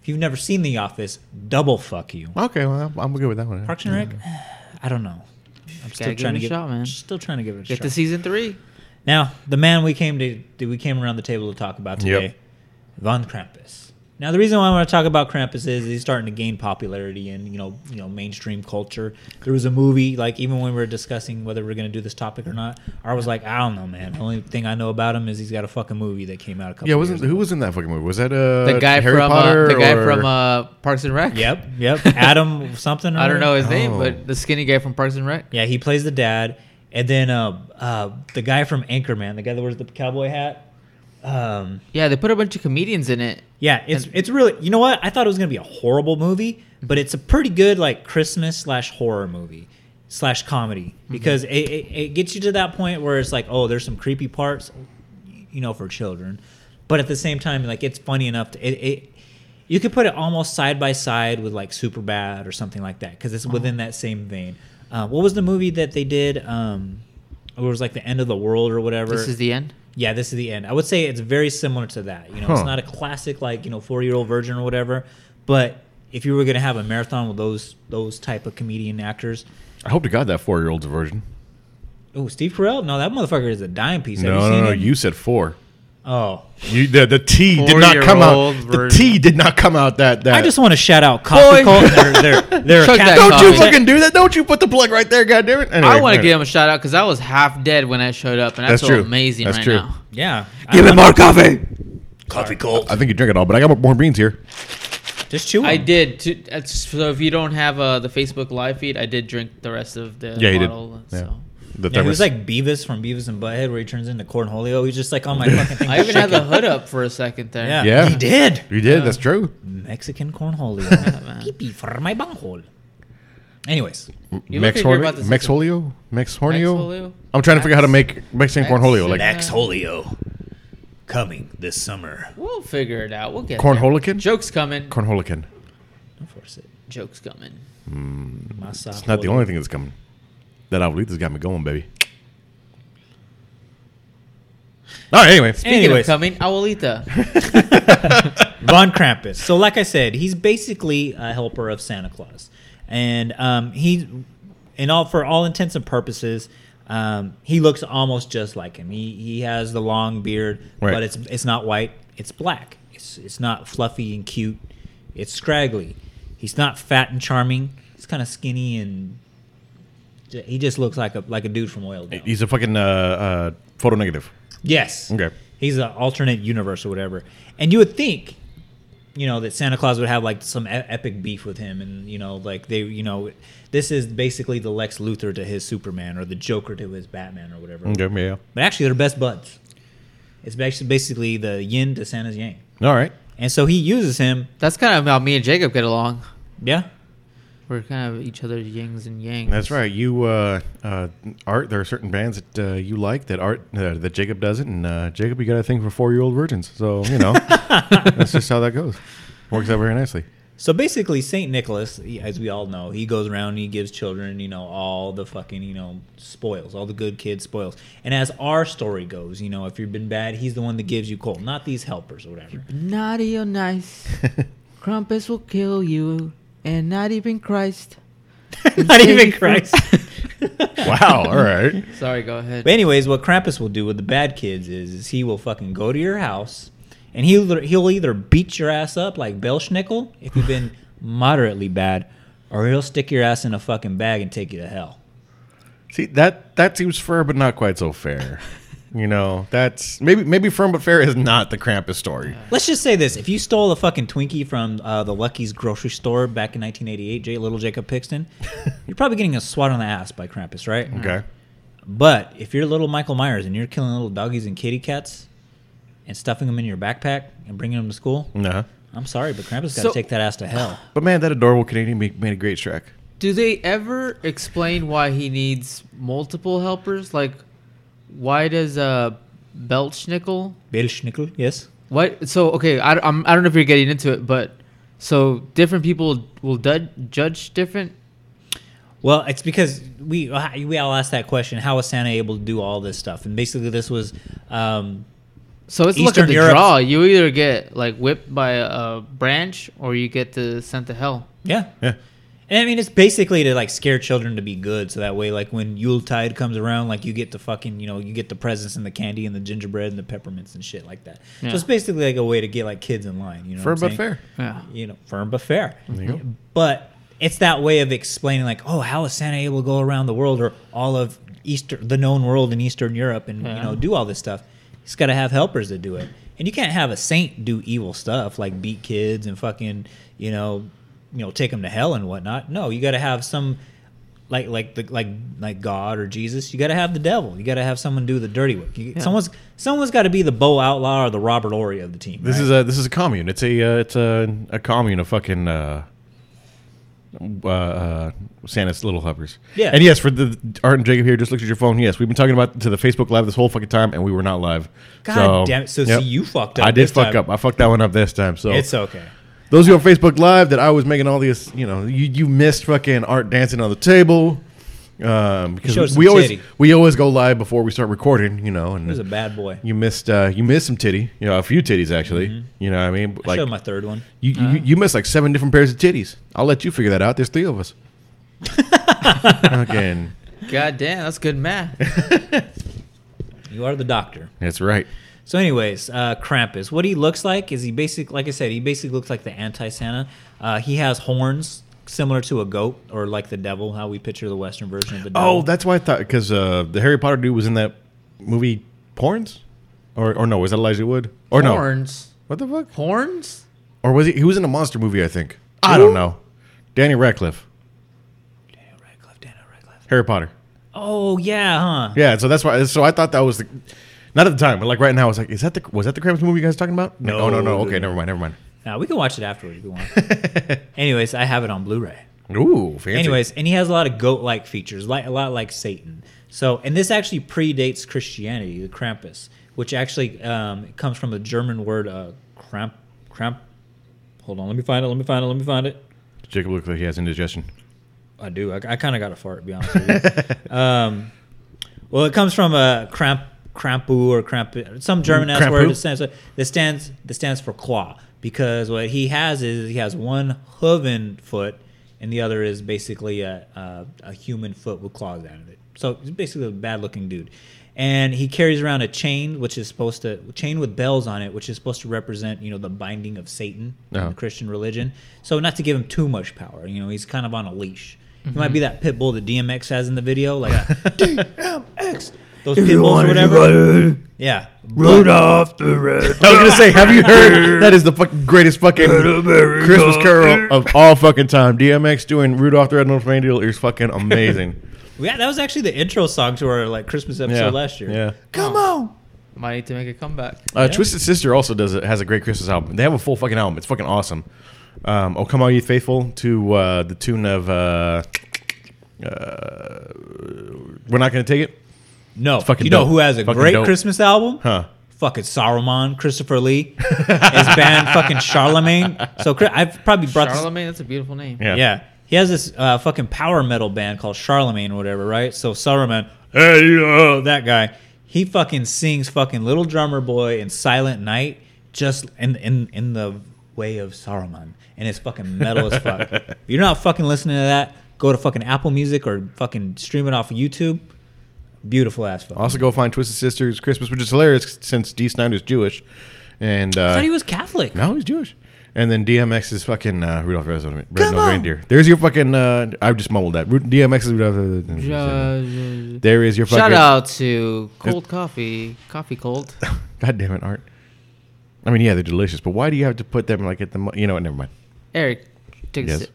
If you've never seen The Office, double fuck you.
okay. Well, I'm- I'm good with that one.
Parks and Rec. I don't know. I'm
Gotta give it a shot, man.
Still trying to give it a
Get
shot.
to season three.
Now, the man we came to that we came around the table to talk about today,
Yep.
Von Krampus. Now, the reason why I want to talk about Krampus is he's starting to gain popularity in you know you know mainstream culture. There was a movie like even when we were discussing whether we are going to do this topic or not, I was like, I don't know, man. The only thing I know about him is he's got a fucking movie that came out a couple.
Yeah, wasn't
years
who was in that fucking movie? Was that uh
The guy
Harry
from
Potter
uh, the guy
or-
from uh, Parks and Rec.
ago. Yep, yep. Adam something. Or
I don't know his name,
Oh.
but the skinny guy from Parks and Rec.
Yeah, he plays the dad, and then uh, uh, the guy from Anchorman, the guy that wears the cowboy hat. Um,
Yeah, they put a bunch of comedians in it.
Yeah, it's it's really you know what I thought it was gonna be a horrible movie,
Mm-hmm.
but it's a pretty good like Christmas slash horror movie slash comedy
Mm-hmm.
because it, it, it gets you to that point where it's like oh there's some creepy parts, you know for children, but at the same time like it's funny enough to it. it you could put it almost side by side with like Superbad or something like that because
Uh-huh.
it's within that same vein. Uh, what was the movie that they did? Um, it was like the end of the world or whatever.
This is the end.
Yeah, this is the end. I would say it's very similar to that. You know, it's
Huh.
not a classic like you know four year old virgin or whatever. But if you were gonna have a marathon with those those type of comedian actors,
I hope to God that four year old's a virgin.
oh Steve Carell, no, that motherfucker is a dime piece.
No,
Have you
no,
seen
no,
him?
You said four.
Oh,
You the, the T did not come out.
Four-year-old
The
virgin.
T did not come out that that.
I just want to shout out Coffee Cult. They're, they're, they're
Chug that
Don't you
Coffee.
fucking do that! Don't you put the plug right there, goddammit! Anyway,
I want to
anyway.
give him a shout out because I was half dead when I showed up, and I
That's
feel
true.
amazing
That's
right
true.
now.
Yeah,
Give
I,
me more coffee. Coffee cold.
I think you drink it all, but I got more beans here.
just chew.
I
them.
did. Too, that's- so if you don't have uh, the Facebook live feed, I did drink the rest of the
Yeah, you did.
bottle.
Yeah.
So.
The
Yeah, he was
thermos.
like Beavis from Beavis and Butthead, where he turns into Cornholio. He's just like on my fucking thing.
I even had the hood up for a second there.
yeah,
Yeah.
he did.
You
uh,
did. That's true.
Mexican
Oh,
cornholio. Pee-pee for my bunghole. Anyways,
Mex
You look like you're
Hornio.
about to say
Mex
something.
Holio. Mex
Mexholio?
Hornio. I'm trying to figure out how to make Mexican
Mex-
cornholio, like
Mex-
Exholio. Coming this summer.
We'll figure it out. We'll get there.
cornholican.
Joke's coming.
Cornholican.
Enforce it.
Joke's coming.
My soft
It's not the
boy.
only thing that's coming. That Abuelita's got me going, baby. All right, anyway.
Speaking
Anyways.
of coming, Abuelita.
Von Krampus. So, like I said, he's basically a helper of Santa Claus, and um, he, in all for all intents and purposes, um, he looks almost just like him. He he has the long beard,
Right.
but it's it's not white. It's black. It's it's not fluffy and cute. It's scraggly. He's not fat and charming. He's kind of skinny and j- he just looks like a like a dude from Oil. Down.
He's a fucking uh, uh, photo negative.
Yes.
Okay.
He's an alternate universe or whatever. And you would think, you know, that Santa Claus would have like some e- epic beef with him, and you know, like they, you know, this is basically the Lex Luthor to his Superman or the Joker to his Batman or whatever.
Okay, yeah.
But actually, they're best buds. It's basically basically the yin to Santa's yang,
All right.
and so he uses him.
That's kind of how me and Jacob get along.
Yeah.
We're kind of each other's yings and yangs.
That's right. You uh, uh, art. There are certain bands that uh, you like that art uh, that Jacob doesn't, and uh, Jacob, you got a thing for four-year-old virgins. So you know, that's just how that goes. Works out very nicely.
So basically, Saint Nicholas, he- as we all know, he goes around and he gives children, you know, all the fucking, you know, spoils, all the good kids spoils. And as our story goes, you know, if you've been bad, he's the one that gives you coal, not these helpers or whatever.
Naughty or nice, Krampus will kill you, and not even Christ.
not even Christ.
Wow. All right.
Sorry, go ahead.
But anyways, what Krampus will do with the bad kids is, is he will fucking go to your house, and he'll either- he'll either beat your ass up like Belschnickel if you've been moderately bad, or he'll stick your ass in a fucking bag and take you to hell.
See that that seems fair, but not quite so fair. You know, that's maybe maybe firm but fair is not the Krampus story.
Let's just say this: if you stole a fucking Twinkie from uh, the Lucky's grocery store back in 1988, J. Little Jacob Pixton, you're probably getting a swat on the ass by Krampus, right?
Okay.
But if you're little Michael Myers and you're killing little doggies and kitty cats and stuffing them in your backpack and bringing them to school,
No.
I'm sorry, but Krampus got to
So-
take that ass to hell.
But man, that adorable Canadian ma- made a great track.
Do they ever explain why he needs multiple helpers? Like, why does uh, Belchnickel?
Belschnickel, yes.
Why? So okay, I, I'm, I don't know if you're getting into it, but so different people will du- judge different.
Well, it's because we we all asked that question: How was Santa able to do all this stuff? And basically, this was um,
So it's look
Eastern
at the
Europe-
draw. You either get like whipped by a branch, or you get to sent to hell.
Yeah.
Yeah.
And I mean, it's basically to like scare children to be good. So that way, like when Yuletide comes around, like you get the fucking, you know, you get the presents and the candy and the gingerbread and the peppermints and shit like that.
Yeah.
So it's basically like a way to get like kids in line, you know.
Firm
what
but
I'm saying?
fair.
Yeah.
You know, firm but fair.
you go.
But it's that way of explaining, like, oh, how is Santa able to go around the world or all of Easter, the known world in Eastern Europe and, you
Yeah.
know, do all this stuff? He's got to have helpers that do it. And you can't have a saint do evil stuff like beat kids and fucking, you know, you know, take them to hell and whatnot. No, you got to have some, like, like the like like God or Jesus. You got to have the devil. You got to have someone do the dirty work. You, Someone's someone's got to be the Bo Outlaw or the Robert Ory of the team.
This
right?
is a this is a commune. It's a uh, it's a, a commune of fucking uh, uh, uh, Santa's little hovers.
Yeah.
And yes, for the Art and Jacob here, just looked at your phone. Yes, we've been talking about to the Facebook live this whole fucking time, and we were not live.
God damn it. So, see, you fucked up
I did
this
fuck
time.
up. I fucked that one up this time. So
it's okay.
those who are on Facebook live that I was making all these, you know, you, you missed fucking Art dancing on the table. Um,
showed
because
some
we always
titty.
we always go live before we start recording, you know, and
He was a bad boy.
you missed uh, you missed some titty, you know, a few titties actually. You know, what I mean,
Mm-hmm. I
like
showed my Uh-huh. third one.
you, you, you missed like seven different pairs of titties. I'll let you figure that out. There's three of us. Again,
God damn, that's good math.
You are the doctor.
that's right.
So, anyways, uh, Krampus. What he looks like is he basically, like I said, he basically looks like the anti-Santa. Uh, he has horns similar to a goat or like the devil, how we picture the Western version of the devil.
Oh, that's why I thought because uh, the Harry Potter dude was in that movie Porns, or or no, was that Elijah Wood? Or no,
Horns.
what the fuck?
Horns?
Or was he? He was in a monster movie, I think. I don't know. Danny Radcliffe,
Daniel Radcliffe, Daniel Radcliffe.
Harry Potter.
Oh yeah, huh?
Yeah, so that's why. So I thought that was the, not at the time, but like right now, I was like, is that the was that the Krampus movie you guys talking about? No, no, no.
No,
Okay,
dude.
never mind, never mind.
Now we can watch it afterwards if you want. anyways, I have it on Blu-ray.
Ooh, fancy.
Anyways, and he has a lot of goat-like features, like a lot like Satan. So, and this actually predates Christianity, the Krampus, which actually um, it comes from the German word uh, Kramp. Kramp. Hold on, let me find it. Let me find it. Let me find it.
Jacob looks like he has indigestion.
I do. I, I kind of got a fart, to be honest with you. um, well, it comes from a cramp, crampu or cramp, some German ass
Krampu?
word that stands, that stands that stands for claw. Because what he has is he has one hooven foot, and the other is basically a, a, a human foot with claws out of it. So he's basically a bad looking dude. And he carries around a chain, which is supposed to chain with bells on it, which is supposed to represent, you know, the binding of Satan in
Uh-huh.
the Christian religion. So not to give him too much power, you know, he's kind of on a leash. He might be that pit bull that DMX has in the video, like DMX. Those pit bulls or whatever. Yeah.
Rudolph the Red.
I was gonna say, have you heard? That is the fucking greatest fucking
America.
Christmas carol of all fucking time. DMX doing Rudolph the Red-Nosed Reindeer is fucking amazing.
Yeah, that was actually the intro song to our like Christmas episode
yeah,
last year.
Yeah.
Come on.
Might need to make a comeback.
Uh, Twisted Sister also does it, has a great Christmas album. They have a full fucking album. It's fucking awesome. Um, oh, come on, you faithful to uh, the tune of uh, uh, "We're Not Gonna Take It."
No.
fucking
you know
dope.
who has a
Fucking
great
dope.
Christmas album?
Huh.
Fucking Saruman, Christopher Lee, his band fucking Charlemagne. So Chri- I've probably brought this
Charlemagne, that's a beautiful name.
Yeah.
Yeah. He has this uh, fucking power metal band called Charlemagne or whatever, right? So Saruman, hey, uh, that guy, he fucking sings fucking Little Drummer Boy and Silent Night just in in in the way of Saruman. And it's fucking metal as fuck. If you're not fucking listening to that, go to fucking Apple Music or fucking stream it off of YouTube. Beautiful ass fuck.
Also, go find Twisted Sister's Christmas, which is hilarious since D. Snyder's Jewish, and uh,
I thought he was Catholic.
No, he's Jewish. And then DMX is fucking uh, Rudolph the Red-Nosed Red-Nosed Reindeer. There's your fucking. Uh, I just mumbled that. Ru- DMX is Rudolph. the Red-Nosed Reindeer.
Uh,
There is your fucking.
shout out to Cold Coffee, Coffee Cold.
God damn it, Art. I mean, yeah, they're delicious, but why do you have to put them like at the? mo- You know what? Never mind.
Eric, take a
Yes.
sip.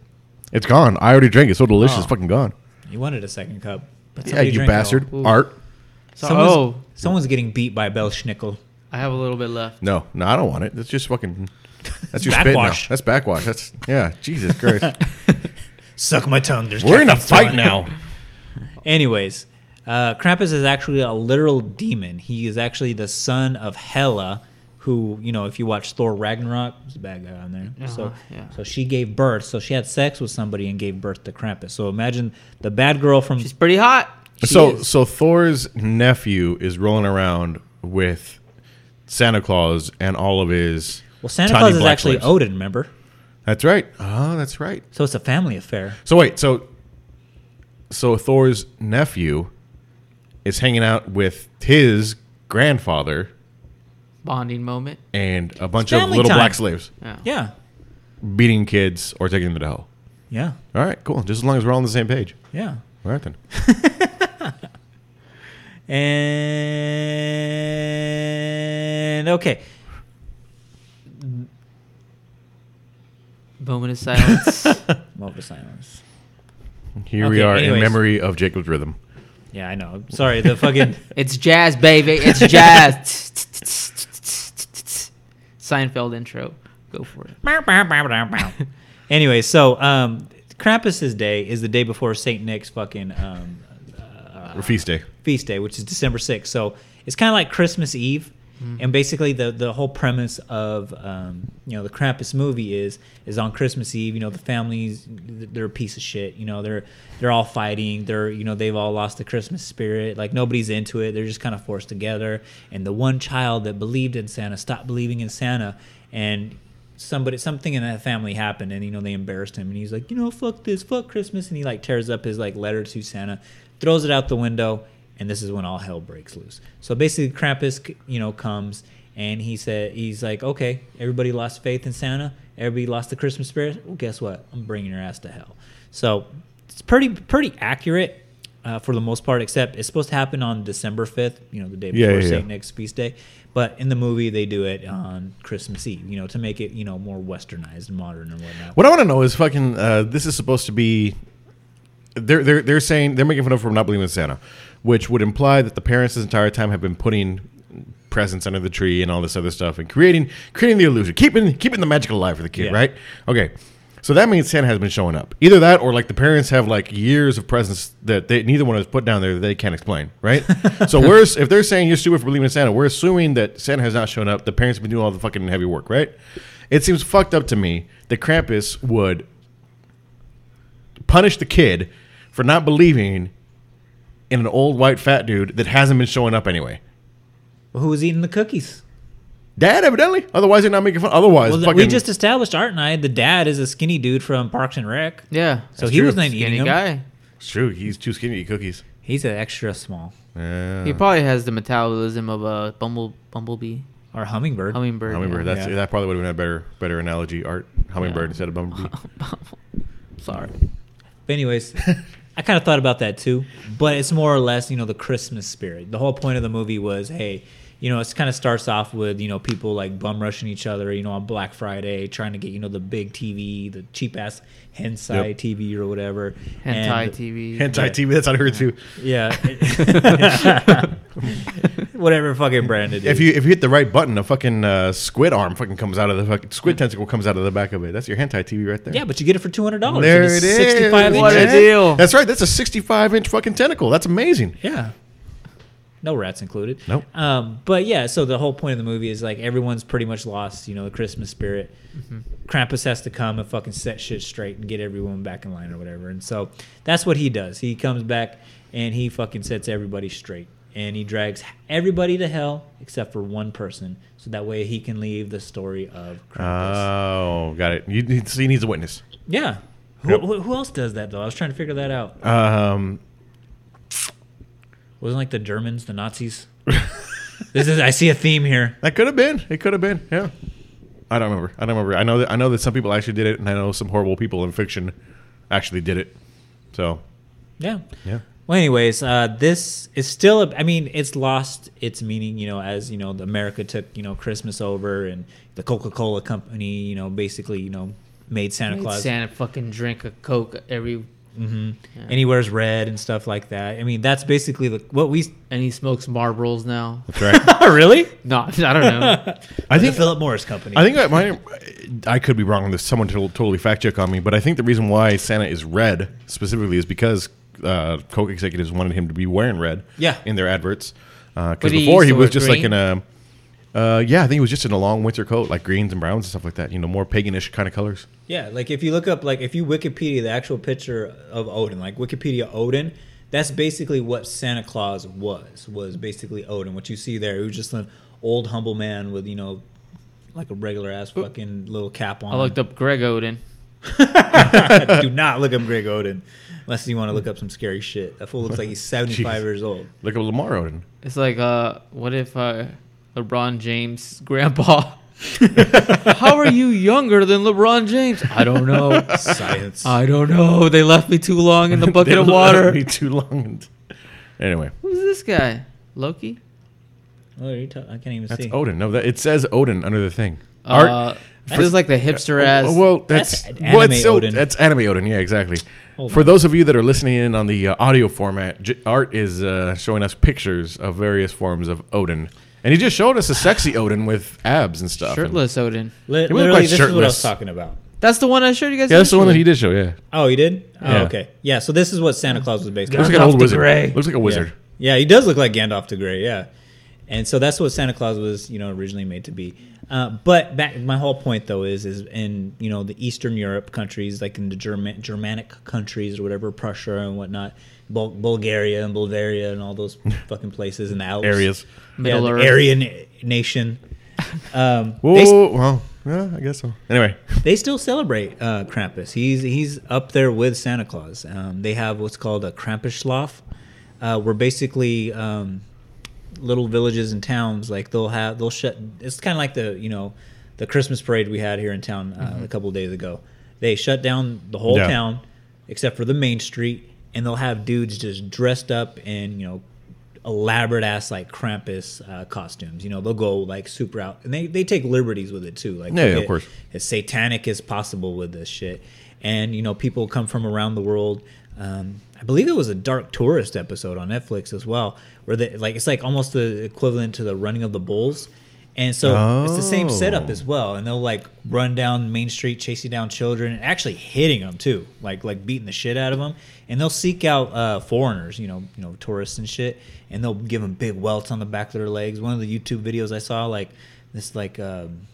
It's gone. I already drank it. So delicious.
Oh.
It's fucking gone.
He wanted a second cup. But
Yeah,
somebody
you
drank it all.
bastard.
all. Ooh.
Art.
So,
Someone's,
oh,
someone's getting beat by Bell Schnickel.
I have a little bit left.
No, no, I don't want it. That's just fucking. That's your spit now.
Backwash.
That's backwash. That's yeah. Jesus Christ.
Suck my tongue. There's
We're in a
caffeine still
fight
it.
now.
Anyways, uh, Krampus is actually a literal demon. He is actually the son of Hela, who you know, if you watch Thor Ragnarok, there's a bad guy on there. so,
Uh-huh, yeah.
so she gave birth. So she had sex with somebody and gave birth to Krampus. So imagine the bad girl from
She's pretty hot.
so so Thor's nephew is rolling around with Santa Claus and all of his.
well, Santa
tiny
Claus is
black
actually
slaves.
Odin. Remember?
That's right. Oh, that's right.
So it's a family affair.
So wait, so so Thor's nephew is hanging out with his grandfather
Bonding moment. Oh,
and a bunch
It's
of
family
little
time.
black slaves
Yeah,
beating kids or taking them to hell.
yeah,
All right, cool. Just as long as we're all on the same page.
yeah.
All right then.
And okay,
Moment of silence.
moment of silence.
Here we
Okay,
are in
anyways.
memory of Jacob's rhythm.
Yeah, I know. Sorry, the fucking.
it's jazz, baby. It's jazz. Seinfeld intro. Go for it.
anyway, so um, Krampus's day is the day before Saint Nick's fucking um,
Feast day.
feast day, which is December sixth. So it's kind of like Christmas Eve, and basically the the whole premise of um, you know the Krampus movie is is on Christmas Eve. You know the families th- they're a piece of shit. You know they're they're all fighting. They're you know they've all lost the Christmas spirit. Like nobody's into it. They're just kind of forced together. And the one child that believed in Santa stopped believing in Santa, and somebody something in that family happened and you know they embarrassed him and he's like you know fuck this fuck christmas and he like tears up his like letter to santa throws it out the window and this is when all hell breaks loose so basically krampus c- you know comes and he said he's like okay everybody lost faith in santa everybody lost the christmas spirit well guess what i'm bringing your ass to hell so it's pretty pretty accurate uh, for the most part except it's supposed to happen on december 5th you know the day
Yeah,
before
yeah, yeah.
saint nick next feast day. But in the movie, they do it on Christmas Eve, you know, to make it, you know, more westernized and modern and whatnot.
What I want to know is fucking. Uh, this is supposed to be. They're they're they're saying they're making fun of him for not believing in Santa, which would imply that the parents this entire time have been putting presents under the tree and all this other stuff and creating creating the illusion, keeping keeping the magic alive for the kid,
Yeah.
right? Okay. So that means Santa has been showing up. Either that, or like the parents have like years of presents that they, neither one has put down there that they can't explain, right? so we're if they're saying you're stupid for believing in Santa, we're assuming that Santa has not shown up. The parents have been doing all the fucking heavy work, right? It seems fucked up to me that Krampus would punish the kid for not believing in an old white fat dude that hasn't been showing up anyway.
Who was eating the cookies?
Dad, evidently. Otherwise, they're not making fun. Otherwise,
Well, th-
fucking,
we just established, Art and I, the dad is a skinny dude from Parks and Rec.
Yeah.
So he was not eating
skinny
them.
guy.
It's true. He's too skinny to eat cookies.
He's an extra small
Yeah.
He probably has the metabolism of a bumble bumblebee
or hummingbird.
hummingbird.
Hummingbird.
yeah.
That's that probably would have been a better better analogy. Art hummingbird instead of bumblebee.
Sorry.
But anyways, I kind of thought about that too. But it's more or less, you know, the Christmas spirit. The whole point of the movie was, hey, you know, it kind of starts off with you know people like bum rushing each other, you know, on Black Friday, trying to get you know the big TV, the cheap ass hentai
Yep.
TV or whatever.
Hentai
And-
TV.
Hentai TV. That's out here too.
Yeah. whatever fucking brand it is.
If you if you hit the right button, a fucking uh, squid arm fucking comes out of the fucking squid tentacle comes out of the back of it. That's your hentai TV right there.
yeah, but you get it for two hundred dollars.
There it is.
Sixty-five
What a
inches.
deal.
That's right. That's a 65 inch fucking tentacle. That's amazing.
Yeah. No rats included.
Nope.
Um, but yeah, so the whole point of the movie is like everyone's pretty much lost, you know, the Christmas spirit. Krampus has to come and fucking set shit straight and get everyone back in line or whatever. And so that's what he does. He comes back and he fucking sets everybody straight. And he drags everybody to hell except for one person. So that way he can leave the story of Krampus.
Oh, got it. You need, so he needs a witness.
yeah. Who,
Yep.
who- who else does that though? I was trying to figure that out.
Um,
Wasn't like the Germans, the Nazis? this is I see a theme here.
that could have been. It could have been. Yeah. I don't remember. I don't remember. I know that I know that some people actually did it, and I know some horrible people in fiction actually did it. So
Yeah.
yeah.
Well, anyways, uh, this is still. A, I mean, it's lost its meaning, you know, as you know, the America took you know Christmas over, and the Coca Cola company, you know, basically you know made Santa
Made
Claus,
Santa fucking drink a Coke every,
and he wears red and stuff like that. I mean, that's basically the, what we.
and he smokes Marlboros now.
That's right.
Oh, really?
No, I don't know.
I
The
think
Philip Morris Company.
I think that might. I could be wrong on this. Someone to- totally fact check on me, but I think the reason why Santa is red specifically is because uh, Coke executives wanted him to be wearing red.
Yeah.
In their adverts, because
But he
before he
used to
was
wear
just like in
green?
a. Uh, yeah, I think he was just in a long winter coat, like greens and browns and stuff like that. You know, more paganish kind of colors.
Yeah, like if you look up, like if you Wikipedia the actual picture of Odin, like Wikipedia Odin, that's basically what Santa Claus was. Was basically Odin. What you see there, he was just an old humble man with you know, like a regular ass fucking little cap on.
I looked up Greg Oden.
Do not look up Greg Odin, unless you want to look up some scary shit. That fool looks like he's seventy five
Jeez.
years old.
Look at Lamar Odin.
It's like, uh, what if uh, LeBron James' grandpa? How are you younger than LeBron James? I don't know.
Science.
Uh,
I don't know. They left me too long in the
They
bucket of
let
water.
me too long. Anyway,
Who's this guy? Loki?
what are you talking? I can't even
that's
see.
Odin. No, that it says Odin under the thing.
uh, this is like the hipster ass.
Well, that's,
That's
well,
anime
it's still-
Odin.
That's anime Odin. Yeah, exactly.
Hold
For
on.
those of you that are listening in on the uh, audio format, J- Art is uh, showing us pictures of various forms of Odin, and he just showed us a sexy Odin with abs and stuff. And-
shirtless Odin.
Li-
He was
literally,
quite
this is what I was
shirtless.
talking about.
That's the one I showed you guys.
yeah, that's the one that he did show. Yeah,
Oh, he did.
Yeah.
Oh, okay. Yeah. So this is what Santa Claus was based on.
looks like an
Gandalf
old
the
wizard.
Grey.
Looks like a wizard.
Yeah. Yeah, he does look like Gandalf the Grey. Yeah, and so that's what Santa Claus was, you know, originally made to be. Uh, but back, my whole point though is, is in you know the Eastern Europe countries, like in the German Germanic countries or whatever, Prussia and whatnot, Bul- Bulgaria and Bulgaria and all those fucking places and the Alps.
Areas.
yeah,
Middle
the
Earth.
Aryan nation. Um,
Whoa,
they, s-
well, yeah, I guess so. Anyway,
they still celebrate uh, Krampus. He's he's up there with Santa Claus. Um, they have what's called a Krampusschlaf, uh, where basically um, little villages and towns like they'll have they'll shut. It's kind of like the you know the Christmas parade we had here in town uh, a couple days ago. They shut down the whole
Yeah.
town except for the main street, and they'll have dudes just dressed up in you know elaborate ass like Krampus uh, costumes. You know they'll go like super out, and they they take liberties with it too. Like
Yeah, yeah,
get
of course.
as satanic as possible with this shit. And you know, people come from around the world. Um, I believe it was a Dark Tourist episode on Netflix as well, where they like it's like almost the equivalent to the running of the bulls. And so it's the same
Oh.
setup as well. And they'll like run down Main Street, chasing down children, and actually hitting them too, like like beating the shit out of them. And they'll seek out uh, foreigners, you know, you know, tourists and shit, and they'll give them big welts on the back of their legs. One of the YouTube videos I saw, like this, like. Um,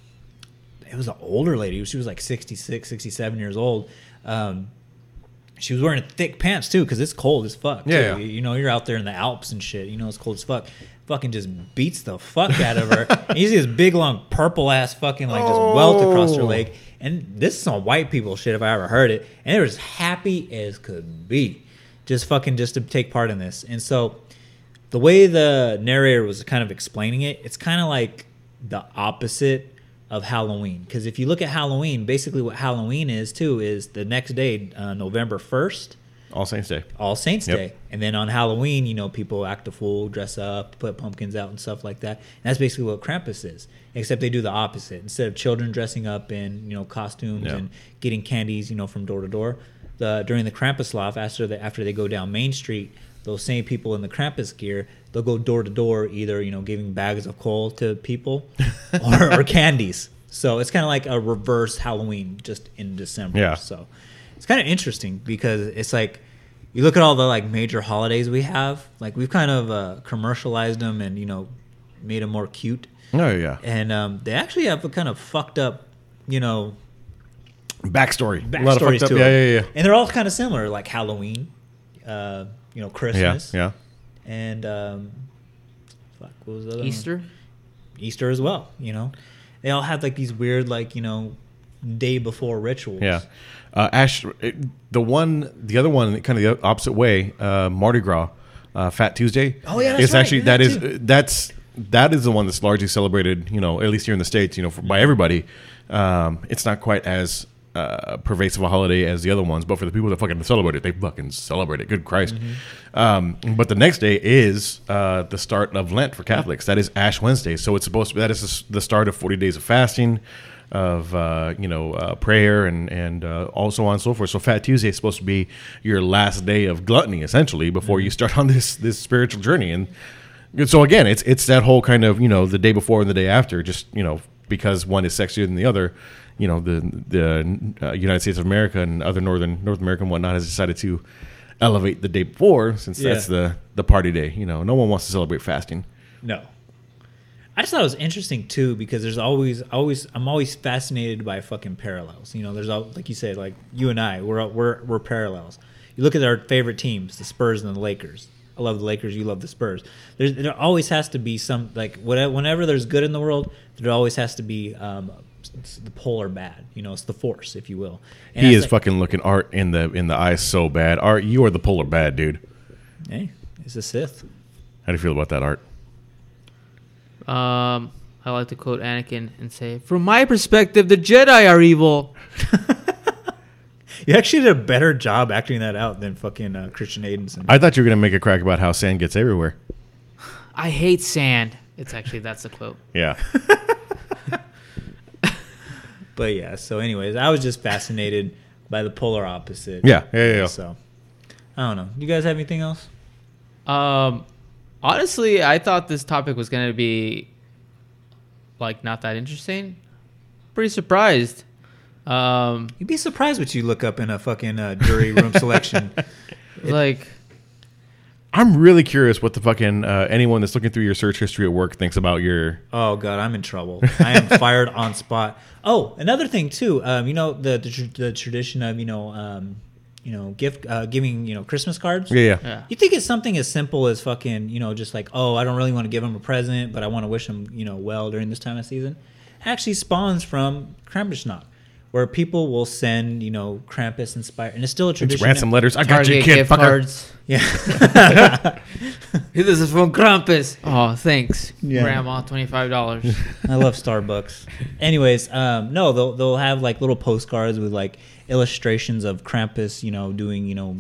it was an older lady. She was like 66, 67 years old. Um, she was wearing thick pants too because it's cold as fuck. too.
Yeah, yeah.
You know, you're out there in the Alps and shit. You know, it's cold as fuck. Fucking just beats the fuck out of her. and you see this big, long, purple ass fucking like just welt across her
Oh.
leg. And this is some white people shit if I ever heard it. And they were as happy as could be, just fucking just to take part in this. And so the way the narrator was kind of explaining it, it's kind of like the opposite of Halloween. Because if you look at Halloween, basically what Halloween is too is the next day, uh, November 1st,
All Saints Day.
All Saints
Yep.
Day. And then on Halloween, you know, people act a fool, dress up, put pumpkins out and stuff like that. And that's basically what Krampus is, except they do the opposite. Instead of children dressing up in, you know, costumes
Yeah.
and getting candies, you know, from door to door, the during the Krampuslauf, after the, after they go down Main Street, those same people in the Krampus gear, they'll go door to door, either you know, giving bags of coal to people or, or candies. So it's kind of like a reverse Halloween, just in December.
Yeah.
So it's kind of interesting because it's like you look at all the like major holidays we have, like we've kind of uh, commercialized them and you know made them more cute,
Oh yeah.
and um, they actually have a kind of fucked up, you know,
Backstory.
backstories
A lot of fucked up.
to
Yeah,
it.
yeah, yeah.
And they're all kind of similar, like Halloween, uh, you know,
Yeah,
Christmas,
yeah.
and um, fuck, what was the other one?
Easter.
Easter as well. You know, they all have like these weird, like you know, day before rituals.
Yeah. Uh, Ash, it, the one, the other one, kind of the opposite way, uh, Mardi Gras, uh, Fat Tuesday.
Oh, yeah, that's
it's
right.
actually
Yeah,
that is
too.
that's that is the one that's largely celebrated. You know, at least here in the states, you know, for, by everybody. Um, it's not quite as uh, pervasive a holiday as the other ones, but for the people that fucking celebrate it, they fucking celebrate it. Good Christ! Um, but the next day is uh, the start of Lent for Catholics. That is Ash Wednesday, so it's supposed to. That is the start of forty days of fasting of uh, you know uh, prayer and and uh, also on and so forth. So Fat Tuesday is supposed to be your last day of gluttony, essentially, before you start on this this spiritual journey. And so again, it's it's that whole kind of you know the day before and the day after, just you know because one is sexier than the other. You know the the uh, United States of America and other northern North America and whatnot has decided to elevate the day before since that's
Yeah.
the the party day. You know, no one wants to celebrate fasting.
No. I just thought it was interesting too because there's always always I'm always fascinated by fucking parallels. You know, there's all like you said, like you and I, we're we're we're parallels. You look at our favorite teams, the Spurs and the Lakers. I love the Lakers. You love the Spurs. There's there always has to be some like whatever. Whenever there's good in the world, there always has to be um, it's the polar bad. You know, it's the force, if you will. And
he
I was
is fucking looking Art in the in the eye so bad. Art, you are the polar bad dude.
like, Hey, it's a Sith.
How do you feel about that art?
Um, I like to quote Anakin and say, "From my perspective, the Jedi are evil."
You actually did a better job acting that out than fucking uh, Christian Aidenson.
I thought you were gonna make a crack about how sand gets everywhere.
I hate sand. It's actually that's the quote.
Yeah,
But yeah, so anyways, I was just fascinated by the polar opposite.
yeah, yeah, yeah. yeah.
So I don't know. You guys have anything else?
Um, honestly, I thought this topic was gonna be like not that interesting. Pretty surprised. Um,
You'd be surprised what you look up in a fucking uh, jury room selection.
like
I'm really curious what the fucking uh, anyone that's looking through your search history at work thinks about your.
Oh god, I'm in trouble. I am fired on spot. Oh, another thing too. Um, you know the the, tr- the tradition of you know um, you know gift uh, giving you know Christmas cards.
Yeah, yeah.
Yeah.
You think it's something as simple as fucking, you know, just like, oh, I don't really want to give them a present, but I want to wish them, you know, well during this time of season. Actually spawns from Krampusnacht, where people will send, you know, Krampus inspired, and it's still a
It's
tradition.
ransom letters. I got you,
Target
kid.
gift
Fucker.
cards.
Yeah.
This is from Krampus. Oh, thanks, Grandma. Twenty-five dollars.
I love Starbucks. Anyways, um, no, they'll they'll have like little postcards with like illustrations of Krampus, you know, doing, you know,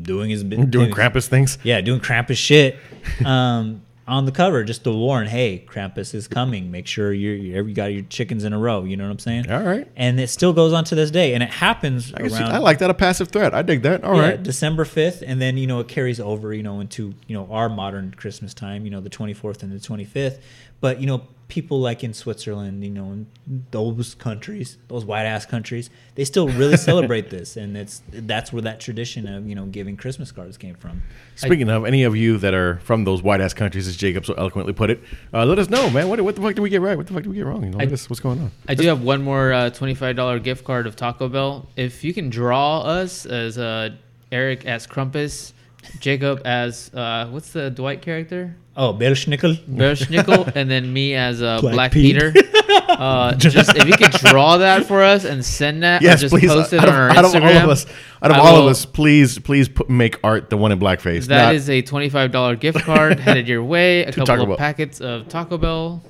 doing his bit,
Doing
his-
Krampus things.
Yeah, doing Krampus shit um, on the cover just to warn, hey, Krampus is coming. Make sure you're, you're you got your chickens in a row. You know what I'm saying?
All right.
And it still goes on to this day, and it happens
I,
around
guess you- I like that a passive threat. I dig that. All
yeah,
right.
December 5th, and then you know it carries over, you know, into you know our modern Christmas time, you know, the 24th and the 25th. But you know, people like in Switzerland, you know, in those countries, those white ass countries, they still really celebrate this, and it's that's where that tradition of you know giving Christmas cards came from.
Speaking of any of you that are from those white ass countries, as Jacob so eloquently put it, uh, let us know, man. What, what the fuck did we get right? What the fuck did we get wrong? You know,
I-
let us- what's going on?
I do have one more uh, twenty-five dollar gift card of Taco Bell. If you can draw us as a Eric as Crumpus, Jacob as uh, what's the Dwight character?
Oh, Belschnickel.
Bershnickel, and then me as uh,
Black
Black,
Pete.
Peter. Uh, just if you could draw that for us and send that,
Yes,
or just
please.
post it
out
on
of,
our
out of
Instagram.
all of us, out of
I
all
will-
of us, please, please put, make art the one in blackface.
That
not-
is a twenty-five dollar gift card headed your way. A
Taco
couple
Bell.
of packets of Taco Bell.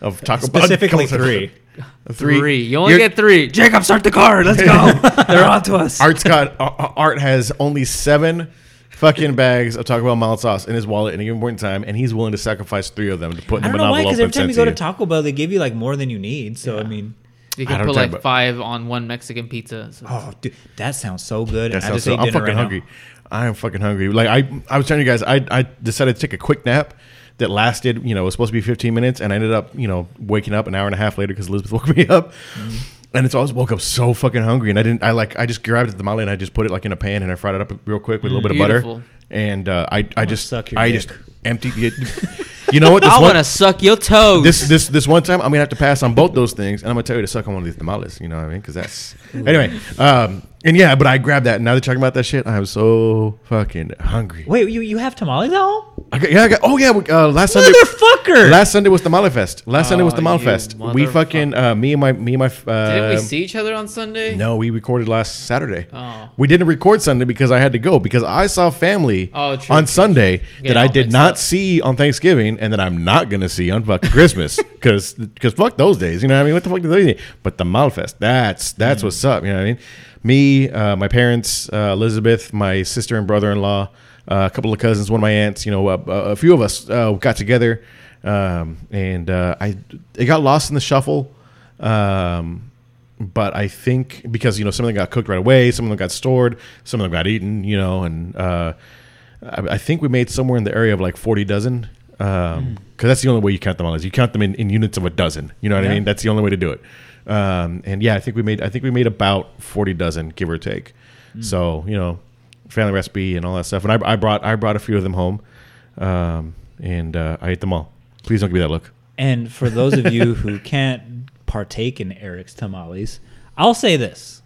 of Taco Bell.
Specifically
Come on,
three.
Three.
Three.
You only
You're-
get three.
Jacob, start the car. Let's go. They're on to us.
Art's got uh, uh, Art has only seven fucking bags of Taco Bell mild sauce in his wallet at any given point in time, and he's willing to sacrifice three of them to put in
I
the
don't know why,
envelope
because
and
every time
send
you go
to
to
you.
Taco Bell, they give you like more than you need. So I mean,
You
I
can
don't
put
care
like
about-
five on one Mexican pizza. So
oh, dude, that sounds so good.
That
and I
sounds
just
so.
ate
I'm
dinner
fucking
right now.
hungry. I am fucking hungry. Like I, I was telling you guys, I, I decided to take a quick nap that lasted. You know, it was supposed to be 15 minutes, and I ended up, you know, waking up an hour and a half later because Elizabeth woke me up.
Mm.
And it's always woke up so fucking hungry, and I didn't. I like I just grabbed the tamale and I just put it like in a pan and I fried it up real quick with a little bit of
Beautiful.
butter. And uh, I I just
suck your
I
dick.
just emptied it. You know what? This
I
one-
want to suck your toes.
this this this one time I'm gonna have to pass on both those things, and I'm gonna tell you to suck on one of these tamales. You know what I mean? Because that's anyway. Um, and yeah, but I grabbed that. And now they're talking about that shit. I'm so fucking hungry.
Wait, you you have tamales at home?
I got, yeah, I got, oh yeah. we- Uh, last Sunday,
Motherfucker!
last Sunday was tamale fest. Last Sunday was
Oh,
tamale
you
fest. We
motherfucker.
fucking uh, me and my me and my. Uh,
Didn't we see each other on Sunday?
No, we recorded last Saturday.
Oh.
We didn't record Sunday because I had to go because I saw family
Oh, true,
on
true.
Sunday that
it
I
all
did
mixed
not
up.
see on Thanksgiving and that I'm not going to see on fucking Christmas because fuck those days. You know what I mean? What the fuck do they need? But the Malfest, that's that's
Mm.
what's up. You know what I mean? Me, uh, my parents, uh, Elizabeth, my sister and brother in law, uh, a couple of cousins, one of my aunts, you know, uh, a few of us uh, got together um, and uh, I it got lost in the shuffle. Um, but I think because you know some of them got cooked right away, some of them got stored, some of them got eaten, you know, and uh, I, I think we made somewhere in the area of like forty dozen, because that's the only way you count them all is you count them in, in units of a dozen. You know what I mean? That's the only way to do it. Um, and yeah, I think we made I think we made about forty dozen, give or take. So you know, family recipe and all that stuff. And I, I brought I brought a few of them home, um, and uh, I ate them all. Please don't give me that look.
And for those of you who can't partake in Eric's tamales, I'll say this: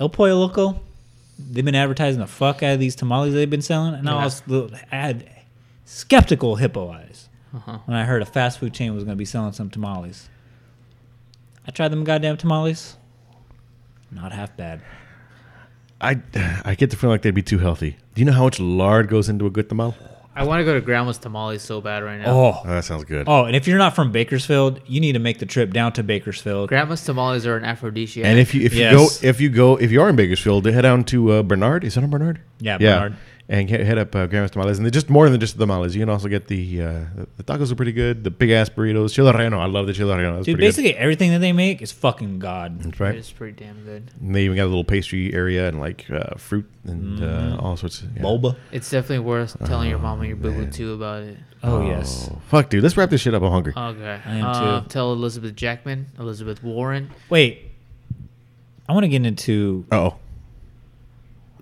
El Pollo Loco, they've been advertising the fuck out of these tamales they've been selling, and I
Yeah.
was little- I had skeptical hippo eyes
Uh-huh.
when I heard a fast food chain was going to be selling some tamales. I tried them goddamn tamales. Not half bad.
I I get the feeling like they'd be too healthy. Do you know how much lard goes into a good tamale?
I want to go to Grandma's tamales so bad right now.
Oh,
Oh, that sounds good.
oh, and if you're not from Bakersfield, you need to make the trip down to Bakersfield.
Grandma's tamales are an aphrodisiac.
And if you if
Yes.
you go if you go if you are in Bakersfield, head down to uh, Bernard. Is that on Bernard?
Yeah, Bernard.
And he- head up uh, Grandma's Tamales, and they're just more than just the tamales. You can also get the uh, the tacos are pretty good. The big ass burritos, chilorreno. I love the chilorreno. That's
Dude,
pretty
basically everything that they make is fucking god.
good. right?
it's pretty damn good.
And they even got a little pastry area and like uh, fruit and
Mm.
uh, all sorts. Of, yeah.
Boba.
It's definitely worth telling your mom and your boo boo too about it.
Oh, yes.
Oh, fuck, dude. Let's wrap this shit up. I'm hungry.
Okay.
I am
Uh,
too.
tell Elizabeth Jackman, Elizabeth Warren.
Wait. I want to get into
oh.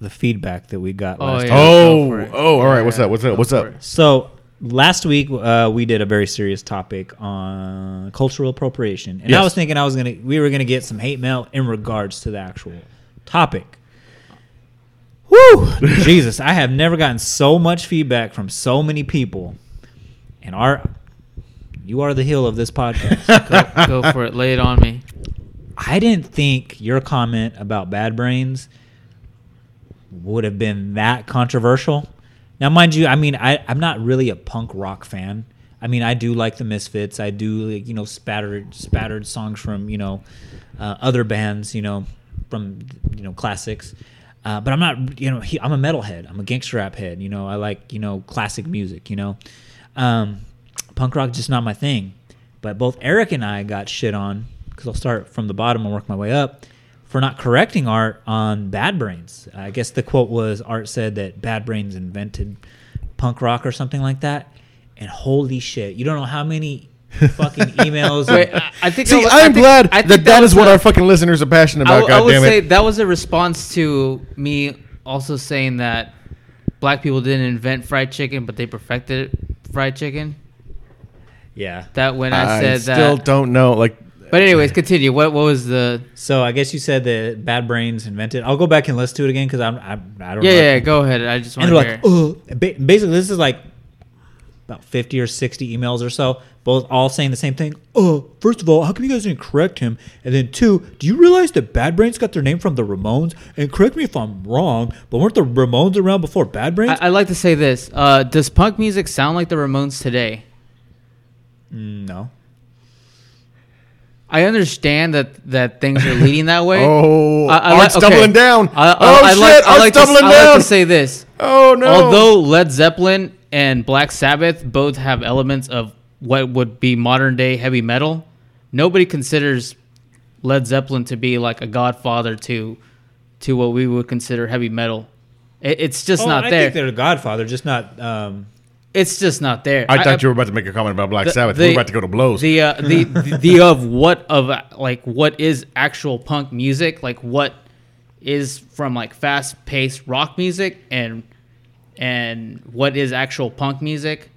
the feedback that we got
Oh
last
yeah.
time.
Oh.
go for it.
Oh. All right. What's
Yeah,
up? What's up?
go
What's
for
up?
it.
So last week uh, we did a very serious topic on cultural appropriation, and I
Yes.
was thinking I was gonna we were gonna get some hate mail in regards to the actual topic. Woo! Jesus, I have never gotten so much feedback from so many people, and our you are the heel of this podcast.
Go, go for it. Lay it on me.
I didn't think your comment about Bad Brains would have been that controversial. Now, mind you, I mean, I, I'm not really a punk rock fan. I mean, I do like the Misfits. I do, like, you know, spattered spattered songs from you know uh, other bands, you know, from you know classics. Uh, but I'm not, you know, he, I'm a metalhead. I'm a gangster rap head. You know, I like you know classic music. You know, um, punk rock just not my thing. But both Eric and I got shit on because I'll start from the bottom and work my way up for not correcting Art on Bad Brains. I guess the quote was Art said that Bad Brains invented punk rock or something like that. And holy shit, you don't know how many fucking emails.
Wait, I, I think. I
See,
was- I
I'm
think-
glad
I think
that that
was
is what
a-
our fucking listeners are passionate
I
about.
w- I would
God damn
say
it.
that was a response to me also saying that black people didn't invent fried chicken, but they perfected fried chicken.
yeah.
That when I,
I
said
still
that
don't know. Like
But anyways, continue. What what was the?
So I guess you said that Bad Brains invented. I'll go back and listen to it again because I'm, I'm I don't
Yeah,
know.
yeah. Go ahead. I just want
and
to
they're
hear.
like, oh, ba- basically, this is like about 50 or 60 emails or so, both all saying the same thing. Oh, first of all, how come you guys didn't correct him? And then, two, do you realize that Bad Brains got their name from the Ramones? And correct me if I'm wrong, but weren't the Ramones around before Bad Brains?
I, I like to say this. Uh, does punk music sound like the Ramones today?
Mm, no.
I understand that that things are leading that way.
Oh,
I- I like-
art's doubling down.
I, I,
oh
I
shit,
like, I
art's
like to,
doubling
I like
down.
to say this.
oh no.
Although Led Zeppelin and Black Sabbath both have elements of what would be modern day heavy metal, nobody considers Led Zeppelin to be like a godfather to to what we would consider heavy metal. It, it's just
Oh,
not
I
there.
think they're the Godfather, just not. Um,
it's just not there.
I thought you were about to make a comment about Black Sabbath. we were about to go to blows.
The uh, the, the the of what of uh, like what is actual punk music? Like what is from like fast paced rock music and and what is actual punk music?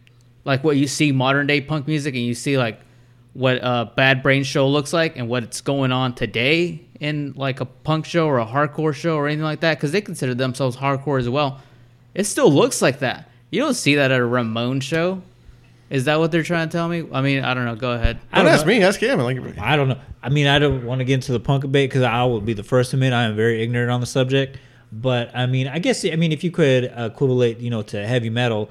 Like what you see modern day punk music and you see like what a Bad Brain show looks like and what's going on today in like a punk show or a hardcore show or anything like that because they consider themselves hardcore as well. It still looks like that. You don't see that at a Ramon show. Is that what they're trying to tell me? I mean, I don't know. Go ahead.
I
don't
don't
ask
know.
me. Ask him. Like,
I don't know. I mean, I don't want to get into the punk debate because I will be the first to admit I am very ignorant on the subject. But I mean, I guess I mean if you could uh, equivalent, you know, to heavy metal.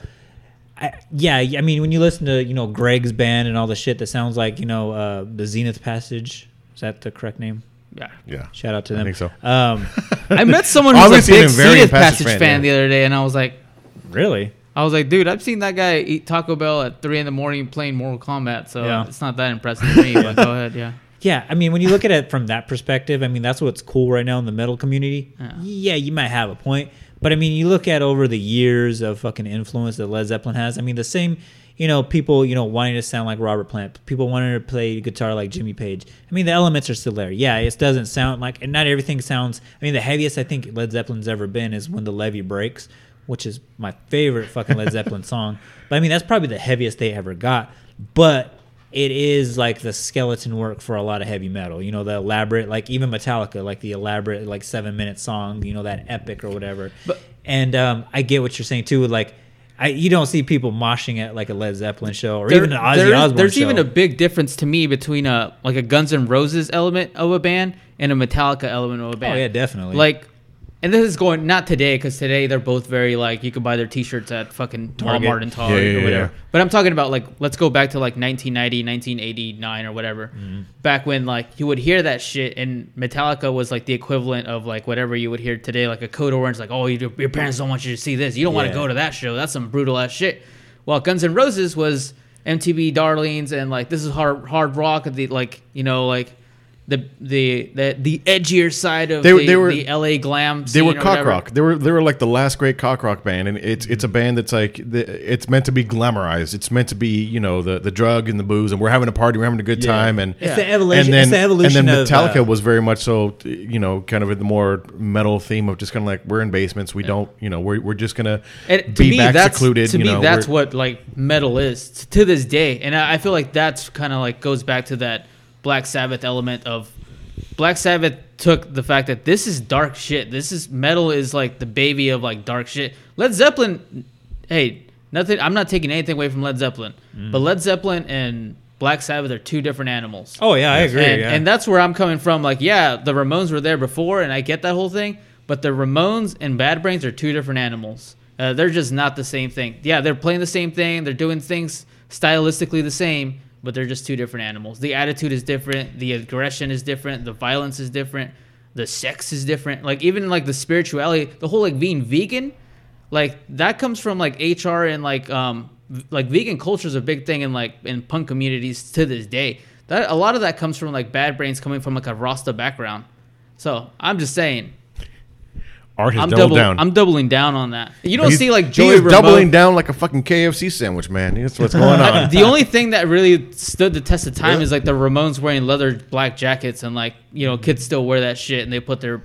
I, yeah, I mean, when you listen to you know Greg's band and all the shit that sounds like you know uh, the Zenith Passage. Is that the correct name?
Yeah.
yeah.
Shout out to them.
think so.
Um,
I met someone who's a
Obviously an
big
invariant
Zenith
Passage
Passage
fan,
fan,
yeah.
the other day, and I was like,
really?
I was like, dude, I've seen that guy eat Taco Bell at three in the morning playing Mortal Kombat, so
Yeah.
it's not that impressive to me. but go ahead, yeah.
Yeah, I mean, when you look at it from that perspective, I mean, that's what's cool right now in the metal community. Yeah. you might have a point, but I mean, you look at over the years of fucking influence that Led Zeppelin has. I mean, the same, you know, people, you know, wanting to sound like Robert Plant, people wanting to play guitar like Jimmy Page. I mean, the elements are still there. Yeah, it doesn't sound like, and not everything sounds. I mean, the heaviest I think Led Zeppelin's ever been is when the levee breaks, which is my favorite fucking Led Zeppelin song. But I mean, that's probably the heaviest they ever got. But it is like the skeleton work for a lot of heavy metal. You know, the elaborate, like even Metallica, like the elaborate, like seven minute song. You know, that epic or whatever.
But-
and um, I get what you're saying too. With like, I you don't see people moshing at like a Led Zeppelin show or even an Ozzy
there is-
Osbourne
There's
show.
even a big difference to me between a like a Guns N' Roses element of a band and a Metallica element of a band.
Oh, yeah, definitely.
Like, and this is going not today because today they're both very like you can buy their T-shirts at fucking
Target.
Walmart and Target
Yeah, yeah,
or
yeah,
whatever.
yeah.
But I'm talking about like let's go back to like 1990, 1989 or whatever.
Mm-hmm.
Back when like you would hear that shit and Metallica was like the equivalent of like whatever you would hear today, like a Code Orange, like oh you, your parents don't want you to see this, you don't want
Yeah.
to go to that show, that's some brutal ass shit. Well, Guns N' Roses was MTV Darlings and like this is hard hard rock, the like you know like. The, the the the edgier side of
They-
the,
they were-
the LA glam
They were
scene or
cock
whatever.
rock. They were they were like the last great cock rock band, and it's it's a band that's like the, it's meant to be glamorized. It's meant to be you know the the drug and the booze, and we're having a party, we're having a good time, and
It's the evolution-
And then,
it's the evolution
And then
of,
Metallica
uh,
was very much so you know kind of the more metal theme of just kind of like we're in basements, we don't you know we're, we're just gonna
And to
be
me,
back
that's,
secluded.
To
you
me,
know,
that's
we're-
what like metal is t- to this day, and I, I feel like that's kind of like goes back to that Black Sabbath element of Black Sabbath took the fact that this is dark shit. This is metal is like the baby of like dark shit. Led Zeppelin, hey, nothing. I'm not taking anything away from Led Zeppelin,
Mm.
but Led Zeppelin and Black Sabbath are two different animals.
oh yeah, I agree.
And,
yeah.
and that's where I'm coming from. Like, yeah, the Ramones were there before, and I get that whole thing. But the Ramones and Bad Brains are two different animals. Uh, they're just not the same thing. Yeah, they're playing the same thing. They're doing things stylistically the same, but they're just two different animals. The attitude is different. The aggression is different. The violence is different. The sex is different. Like even like the spirituality, the whole like being vegan like that comes from like HR and like um v- like vegan culture is a big thing in like in punk communities to this day. That a lot of that comes from like bad brains coming from like a Rasta background. So I'm just saying,
art has
I'm
doubled
double,
down.
I'm doubling down on that. You don't
He's-
see like
he
Joey
is
Ramone.
doubling down like a fucking KFC sandwich, man. That's what's going on.
the only thing that really stood the test of time is like the Ramones wearing leather black jackets and like you know kids still wear that shit and they put their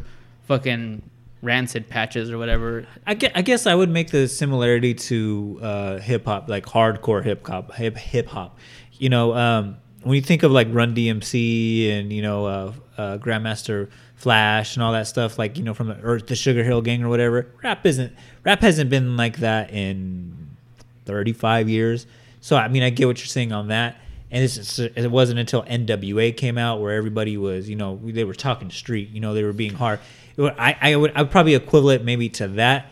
fucking rancid patches or whatever.
I guess, I guess I would make the similarity to uh, hip hop, like hardcore hip hop, hip hip hop. You know, um, when you think of like Run DMC and you know uh, uh, Grandmaster Flash and all that stuff, like you know from the or the Sugar Hill Gang or whatever, rap isn't rap hasn't been like that in 35 years. So I mean, I get what you're saying on that. And it's, it's, it wasn't until NWA came out where everybody was, you know, they were talking street, you know, they were being hard. It would- I, I would I would probably equivalent maybe to that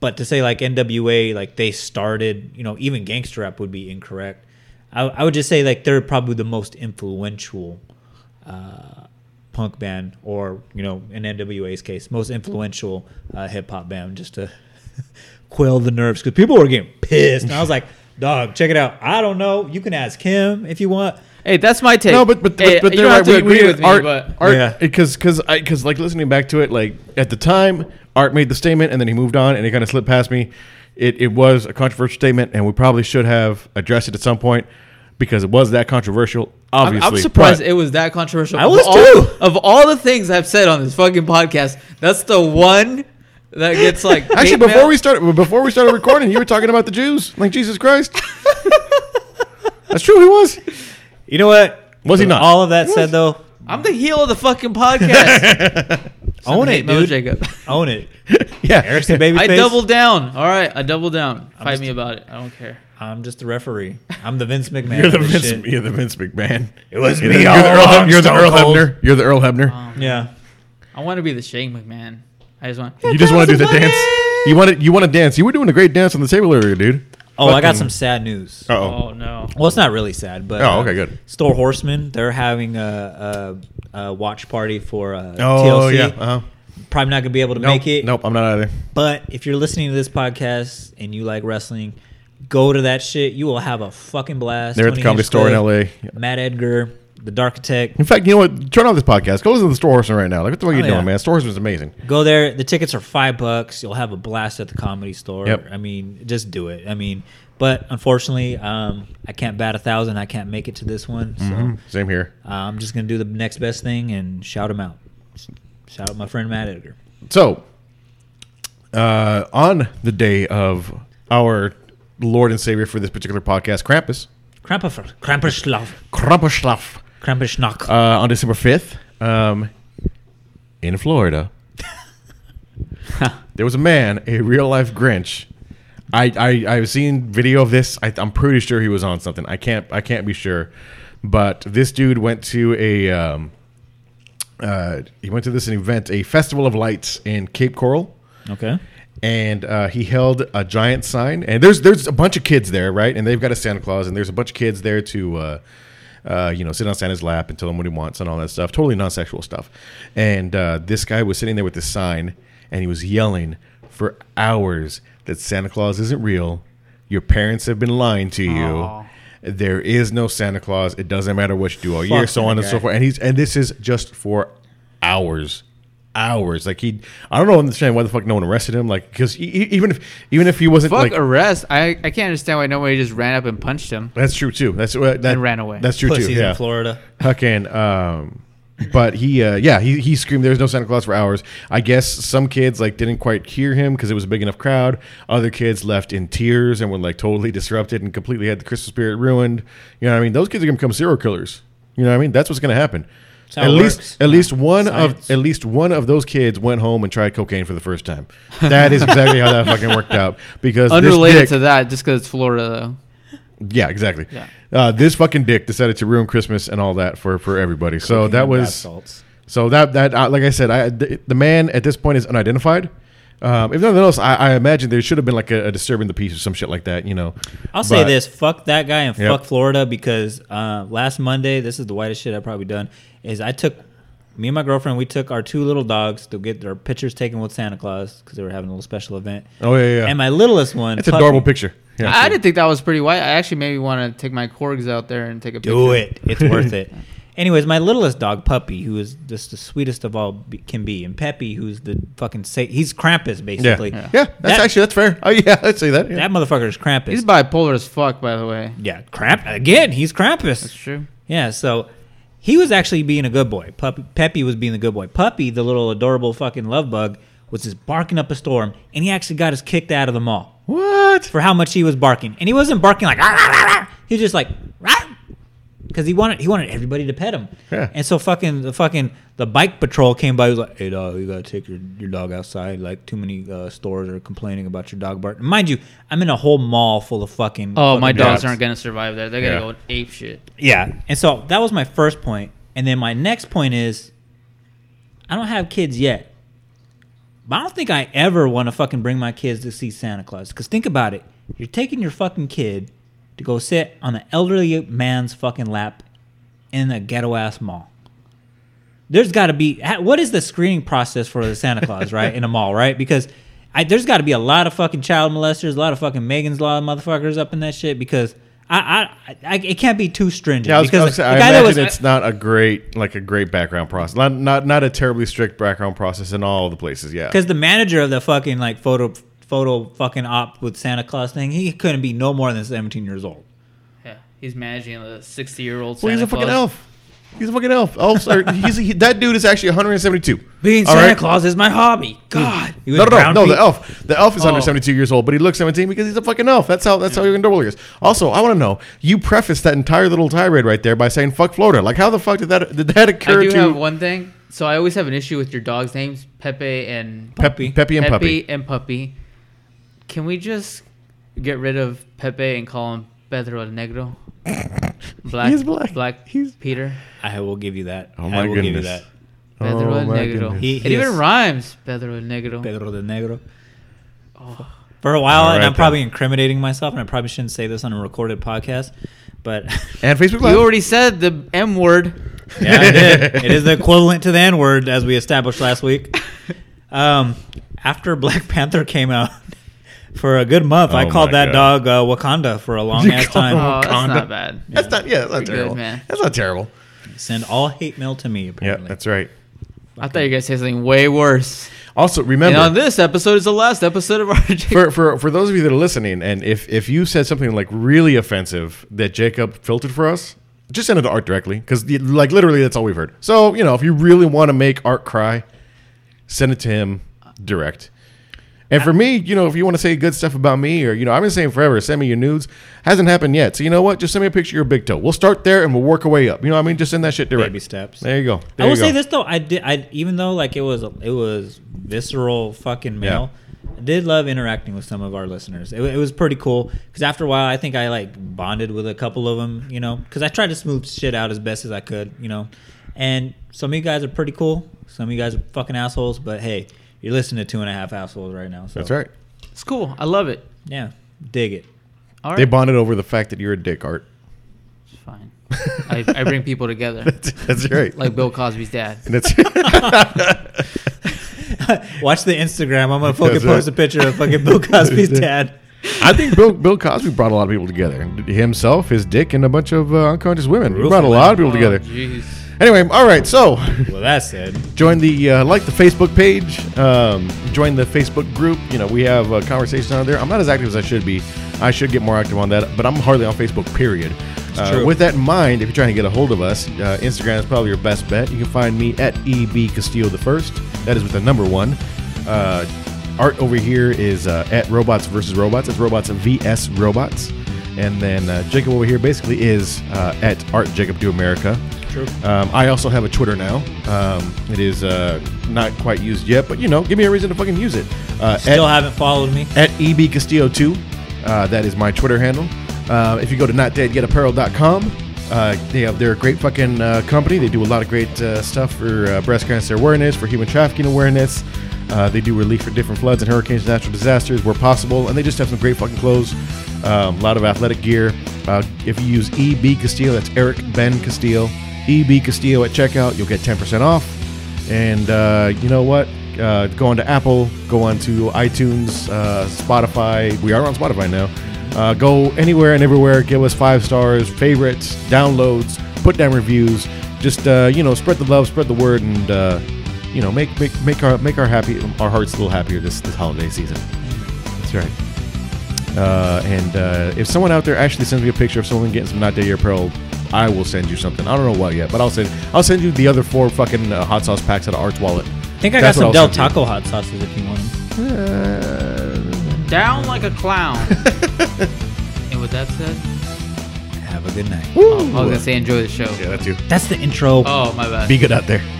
but to say like NWA, like they started, you know, even gangster rap would be incorrect. I, I would just say like they're probably the most influential uh, punk band, or you know, in NWA's case, most influential uh, hip hop band, just to quell the nerves because people were getting pissed. And I was like, dog, check it out. I don't know. You can ask him if you want.
Hey, that's my take.
No, but but,
Hey,
but, but
you
they're right.
don't have to
We,
agree
we-
with me,
art,
but
art,
Yeah.
because because I because like listening back to it, like at the time, Art made the statement and then he moved on and it kind of slipped past me. It it was a controversial statement and we probably should have addressed it at some point because it was that controversial.
I'm,
Obviously,
I'm surprised
But-
it was that controversial.
I
Of
was
all-
too.
Of all the things I've said on this fucking podcast, that's the one that gets like
Actually,
hate
before
mail.
we started before we started recording, you were talking about the Jews, like Jesus Christ. That's true. He was.
You know what?
Was he
With
not?
All of that said though,
I'm the heel of the fucking podcast.
own
hate
it,
mail,
dude.
Jacob.
Own it.
Yeah,
Eric's the baby
I
face.
double down. All right, I double down. Fight
just-
me about it. I don't care.
I'm just the referee. I'm the Vince McMahon.
You're the
of this
Vince.
shit.
You're the Vince McMahon.
It was
You're the, you're the Earl, Heb- you're the Earl Hebner. You're the Earl Hebner.
Yeah.
I want to be the Shane McMahon. I just want.
You just want to do the dance. You want to you want to dance. You were doing a great dance on the table earlier, dude.
Oh, I got some sad news.
Oh,
Oh no.
Well, it's not really sad, but
Oh, okay,
uh,
good.
Store Horsemen, they're having a, a, a watch party for uh,
oh,
TLC.
yeah. Uh-huh.
Probably not gonna be able to
Nope,
make it.
Nope, I'm not either.
But if you're listening to this podcast and you like wrestling, go to that shit. You will have a fucking blast.
They're at the
20
Comedy
Inch
Store in
Club,
L.A. Yeah.
Matt Edgar, the Dark Architect.
In fact, you know what? Turn off this podcast. Go listen to the Store Horseman right now. Like, what the fuck are you
Oh,
doing,
yeah.
man? Store Horseman's amazing.
Go there. The tickets are five bucks. You'll have a blast at the comedy store.
Yep.
I mean, just do it. I mean, but unfortunately, um, I can't bat a thousand. I can't make it to this one. So
Same here.
uh, I'm just gonna do the next best thing and shout him out. Shout out my friend Matt Edgar.
So, uh, on the day of our Lord and Savior for this particular podcast, Krampus,
Krampus, Krampuslav,
Krampusschlaf,
Krampusnack.
uh, on December 5th, um, in Florida, there was a man, a real life Grinch. I, I I've seen video of this. I, I'm pretty sure he was on something. I can't I can't be sure, but this dude went to a um, uh, he went to this event, a festival of lights in Cape Coral,
okay.
and uh, he held a giant sign. And there's there's a bunch of kids there, right? And they've got a Santa Claus, and there's a bunch of kids there to, uh, uh, you know, sit on Santa's lap and tell him what he wants and all that stuff. Totally non-sexual stuff. And uh, this guy was sitting there with this sign, and he was yelling for hours that Santa Claus isn't real. Your parents have been lying to you. There is no Santa Claus. It doesn't matter what you do all year, so on and so forth. And he's and this is just for hours hours. Like he, I don't know, understand why the fuck no one arrested him. Like because even if even if he wasn't
Fuck
like
arrest. I, I can't understand why nobody just ran up and punched him.
that's true too. That's uh, that
And ran away.
That's true
Pussies
too. Yeah,
in Florida.
Huckin, um, but he, uh, yeah, he, he screamed, "There's no Santa Claus for hours." I guess some kids like didn't quite hear him because it was a big enough crowd. Other kids left in tears and were like totally disrupted and completely had the Christmas spirit ruined. You know what I mean? Those kids are gonna become serial killers. You know what I mean? That's what's gonna happen.
how
at
it
least,
works.
at least one
Science.
of at least one of those kids went home and tried cocaine for the first time. That is exactly how that fucking worked out. Because this
Unrelated
dick-
to that, just because it's Florida though.
yeah, exactly.
Yeah.
Uh, this fucking dick decided to ruin Christmas and all that for for everybody. So that
Bath
was
salts.
so that that uh, like I said, I the, the man at this point is unidentified. Um, if nothing else, I, I imagine there should have been like a, a disturbing the peace or some shit like that. You know,
I'll say
But-
this: fuck that guy and
Yep.
fuck Florida because uh, last Monday, this is the whitest shit I've probably done. Is I took me and my girlfriend, we took our two little dogs to get their pictures taken with Santa Claus because they were having a little special event.
Oh, yeah, yeah, yeah.
And my littlest one,
It's
Puppy,
adorable picture. Yeah,
I, I didn't think that was pretty white. I actually maybe want to take my corgs out there and take a picture.
Do it. It's worth it. Anyways, my littlest dog, Puppy, who is just the sweetest of all be- can be, and Peppy, who's the fucking sa- he's Krampus
yeah,
basically.
yeah. That's
That-
actually that's fair. Oh yeah, I'd say that. Yeah.
That motherfucker is Krampus.
He's bipolar as fuck, by the way.
yeah, Kramp again. He's Krampus.
It's true.
Yeah, so he was actually being a good boy. Puppy, Peppy was being the good boy. Puppy, the little adorable fucking love bug, was just barking up a storm, and he actually got us kicked out of the mall
What?
for how much he was barking. And he wasn't barking like, "Ah, ah, ah, ah." he was just like, "Rah." because he wanted he wanted everybody to pet him.
Yeah.
And so fucking the fucking the bike patrol came by. He was like, "Hey dog, you gotta take your, your dog outside. Like too many uh, stores are complaining about your dog barking. Mind you, I'm in a whole mall full of fucking.
Oh, my
fucking
dogs
dogs.
aren't gonna survive that. They're gonna
Yeah.
go ape shit.
Yeah. And so that was my first point. And then my next point is I don't have kids yet. But I don't think I ever want to fucking bring my kids to see Santa Claus. Because think about it. You're taking your fucking kid to go sit on an elderly man's fucking lap in a ghetto ass mall. There's got to be ha- what is the screening process for the Santa Claus right in a mall right because I, there's got to be a lot of fucking child molesters, a lot of fucking Megan's Law motherfuckers up in that shit because I I, I it can't be too stringent
Yeah, I, was, I,
because
was,
the
I
guy that
imagine
was
it's not a great like a great background process. Not not not a terribly strict background process in all the places. Yeah,
because the manager of the fucking like photo photo fucking op with Santa Claus thing he couldn't be no more than 17 years old.
Yeah, he's managing a sixty-year-old.
well, he's
Santa
a fucking
Claus.
elf. He's a fucking elf. Elves are he's he, that dude is actually 172.
Being
All
Santa
right?
Claus is my hobby. God, He was
No, no, no,
brown
no.
feet.
The elf, the elf is
Oh.
under seventy-two years old, but he looks seventeen because he's a fucking elf. That's how that's how your underworld is. Also, I want to know. You prefaced that entire little tirade right there by saying "fuck Florida." Like, how the fuck did that did that occur
I do
to
have one thing. So I always have an issue with your dogs' names, Pepe and
Pepe, Pepe and Puppy?
and Puppy. Can we just get rid of Pepe and call him Pedro el Negro? Black,
He's black.
Black
He's-
Peter.
I will give you that.
Oh my
I will give you
goodness.
that.
Pedro
Oh
el
my
Negro.
goodness.
He-
it
he
even
is-
rhymes. Pedro el Negro.
Pedro de Negro. Oh. For a while,
All
and
right
I'm probably
then.
incriminating myself, and I probably shouldn't say this on a recorded podcast, but
And Facebook Live.
You already said the M word.
yeah, I did. It is the equivalent to the N word, as we established last week. Um, after Black Panther came out, for a good month, I
Oh
called
my
that
God.
dog uh, Wakanda for a long
You
ass
called
time.
Oh, that's
Wakanda.
not bad.
that's not yeah, that's not
Pretty good,
terrible.
man.
That's not terrible.
Send all hate mail to me.
Yeah,
Apparently,
that's right.
I thought you guys said something way worse.
Also,
And
remember
on this episode is the last episode of our.
for, for for those of you that are listening, and if if you said something like really offensive that Jacob filtered for us, just send it to Art directly because like literally that's all we've heard. So you know if you really want to make Art cry, send it to him direct. And for me, you know, if you want to say good stuff about me, or you know, I've been saying forever, send me your nudes. Hasn't happened yet, so you know what? Just send me a picture of your big toe. We'll start there and we'll work our way up. You know what I mean? Just send that shit direct.
Baby steps.
There you go. There
I will
you go.
say this though, I did. I even though like it was it was visceral fucking mail. I did love interacting with some of our listeners. It, wa- it was pretty cool because after a while, I think I like bonded with a couple of them. You know, because I tried to smooth shit out as best as I could. You know, and some of you guys are pretty cool. Some of you guys are fucking assholes. But hey, you're listening to two and a half assholes right now. So
That's right.
It's cool. I love it.
Yeah, dig it.
All right.
They bonded over the fact that you're a dick, Art.
It's fine. I, I bring people together,
That's right.
like Bill Cosby's dad.
that's
Watch the Instagram. I'm gonna fucking
That's
post
right.
a picture of fucking Bill Cosby's dad.
I think Bill Bill Cosby brought a lot of people together. Himself, his dick, and a bunch of uh, unconscious women. He brought a
Ruthless.
lot of people
Oh,
together.
Jeez.
Anyway, all right. So
Well, that's it.
join the uh, like the Facebook page. Um, join the Facebook group. You know we have uh, conversations on there. I'm not as active as I should be. I should get more active on that, but I'm hardly on Facebook. Period. Uh,
true.
with that in mind, if you're trying to get a hold of us, uh, Instagram is probably your best bet. You can find me at eb castillo the first. That is with the number one. Uh, Art over here is uh, at robots versus robots. It's robots vs robots. And then uh, Jacob over here basically is uh, at Art Jacob Do America. True. Um, I also have a Twitter now. Um, it is uh, not quite used yet, but you know, give me a reason to fucking use it. Uh,
Still
at-
haven't followed me.
at EB Castillo 2. Uh, that is my Twitter handle. Uh, if you go to notdeadgetapparel.com, uh, they have, they're a great fucking uh, company. They do a lot of great uh, stuff for uh, breast cancer awareness, for human trafficking awareness. Uh, they do relief for different floods and hurricanes, natural disasters where possible, and they just have some great fucking clothes. Um, a lot of athletic gear. Uh, if you use EB Castillo, that's Eric Ben Castillo, EB Castillo at checkout, you'll get 10% off. And uh, you know what? Uh, go on to Apple, go on to iTunes, uh, Spotify. We are on Spotify now. Uh, go anywhere and everywhere. Give us five stars, favorites, downloads, put down reviews. Just uh, you know, spread the love, spread the word, and uh, you know, make make make our make our happy our hearts a little happier this this holiday season. That's right. Uh, and uh, if someone out there actually sends me a picture of someone getting some not dead Year apparel, I will send you something. I don't know what yet, but I'll send I'll send you the other four fucking uh, hot sauce packs out of Art's wallet.
I think I
That's
got some
what I'll
Del
send
Taco hot sauces if you want 'em.
Down like a clown. and with that said, have a good night.
I was gonna say enjoy the show.
Yeah, that too.
That's the intro.
Oh my bad.
Be good out there.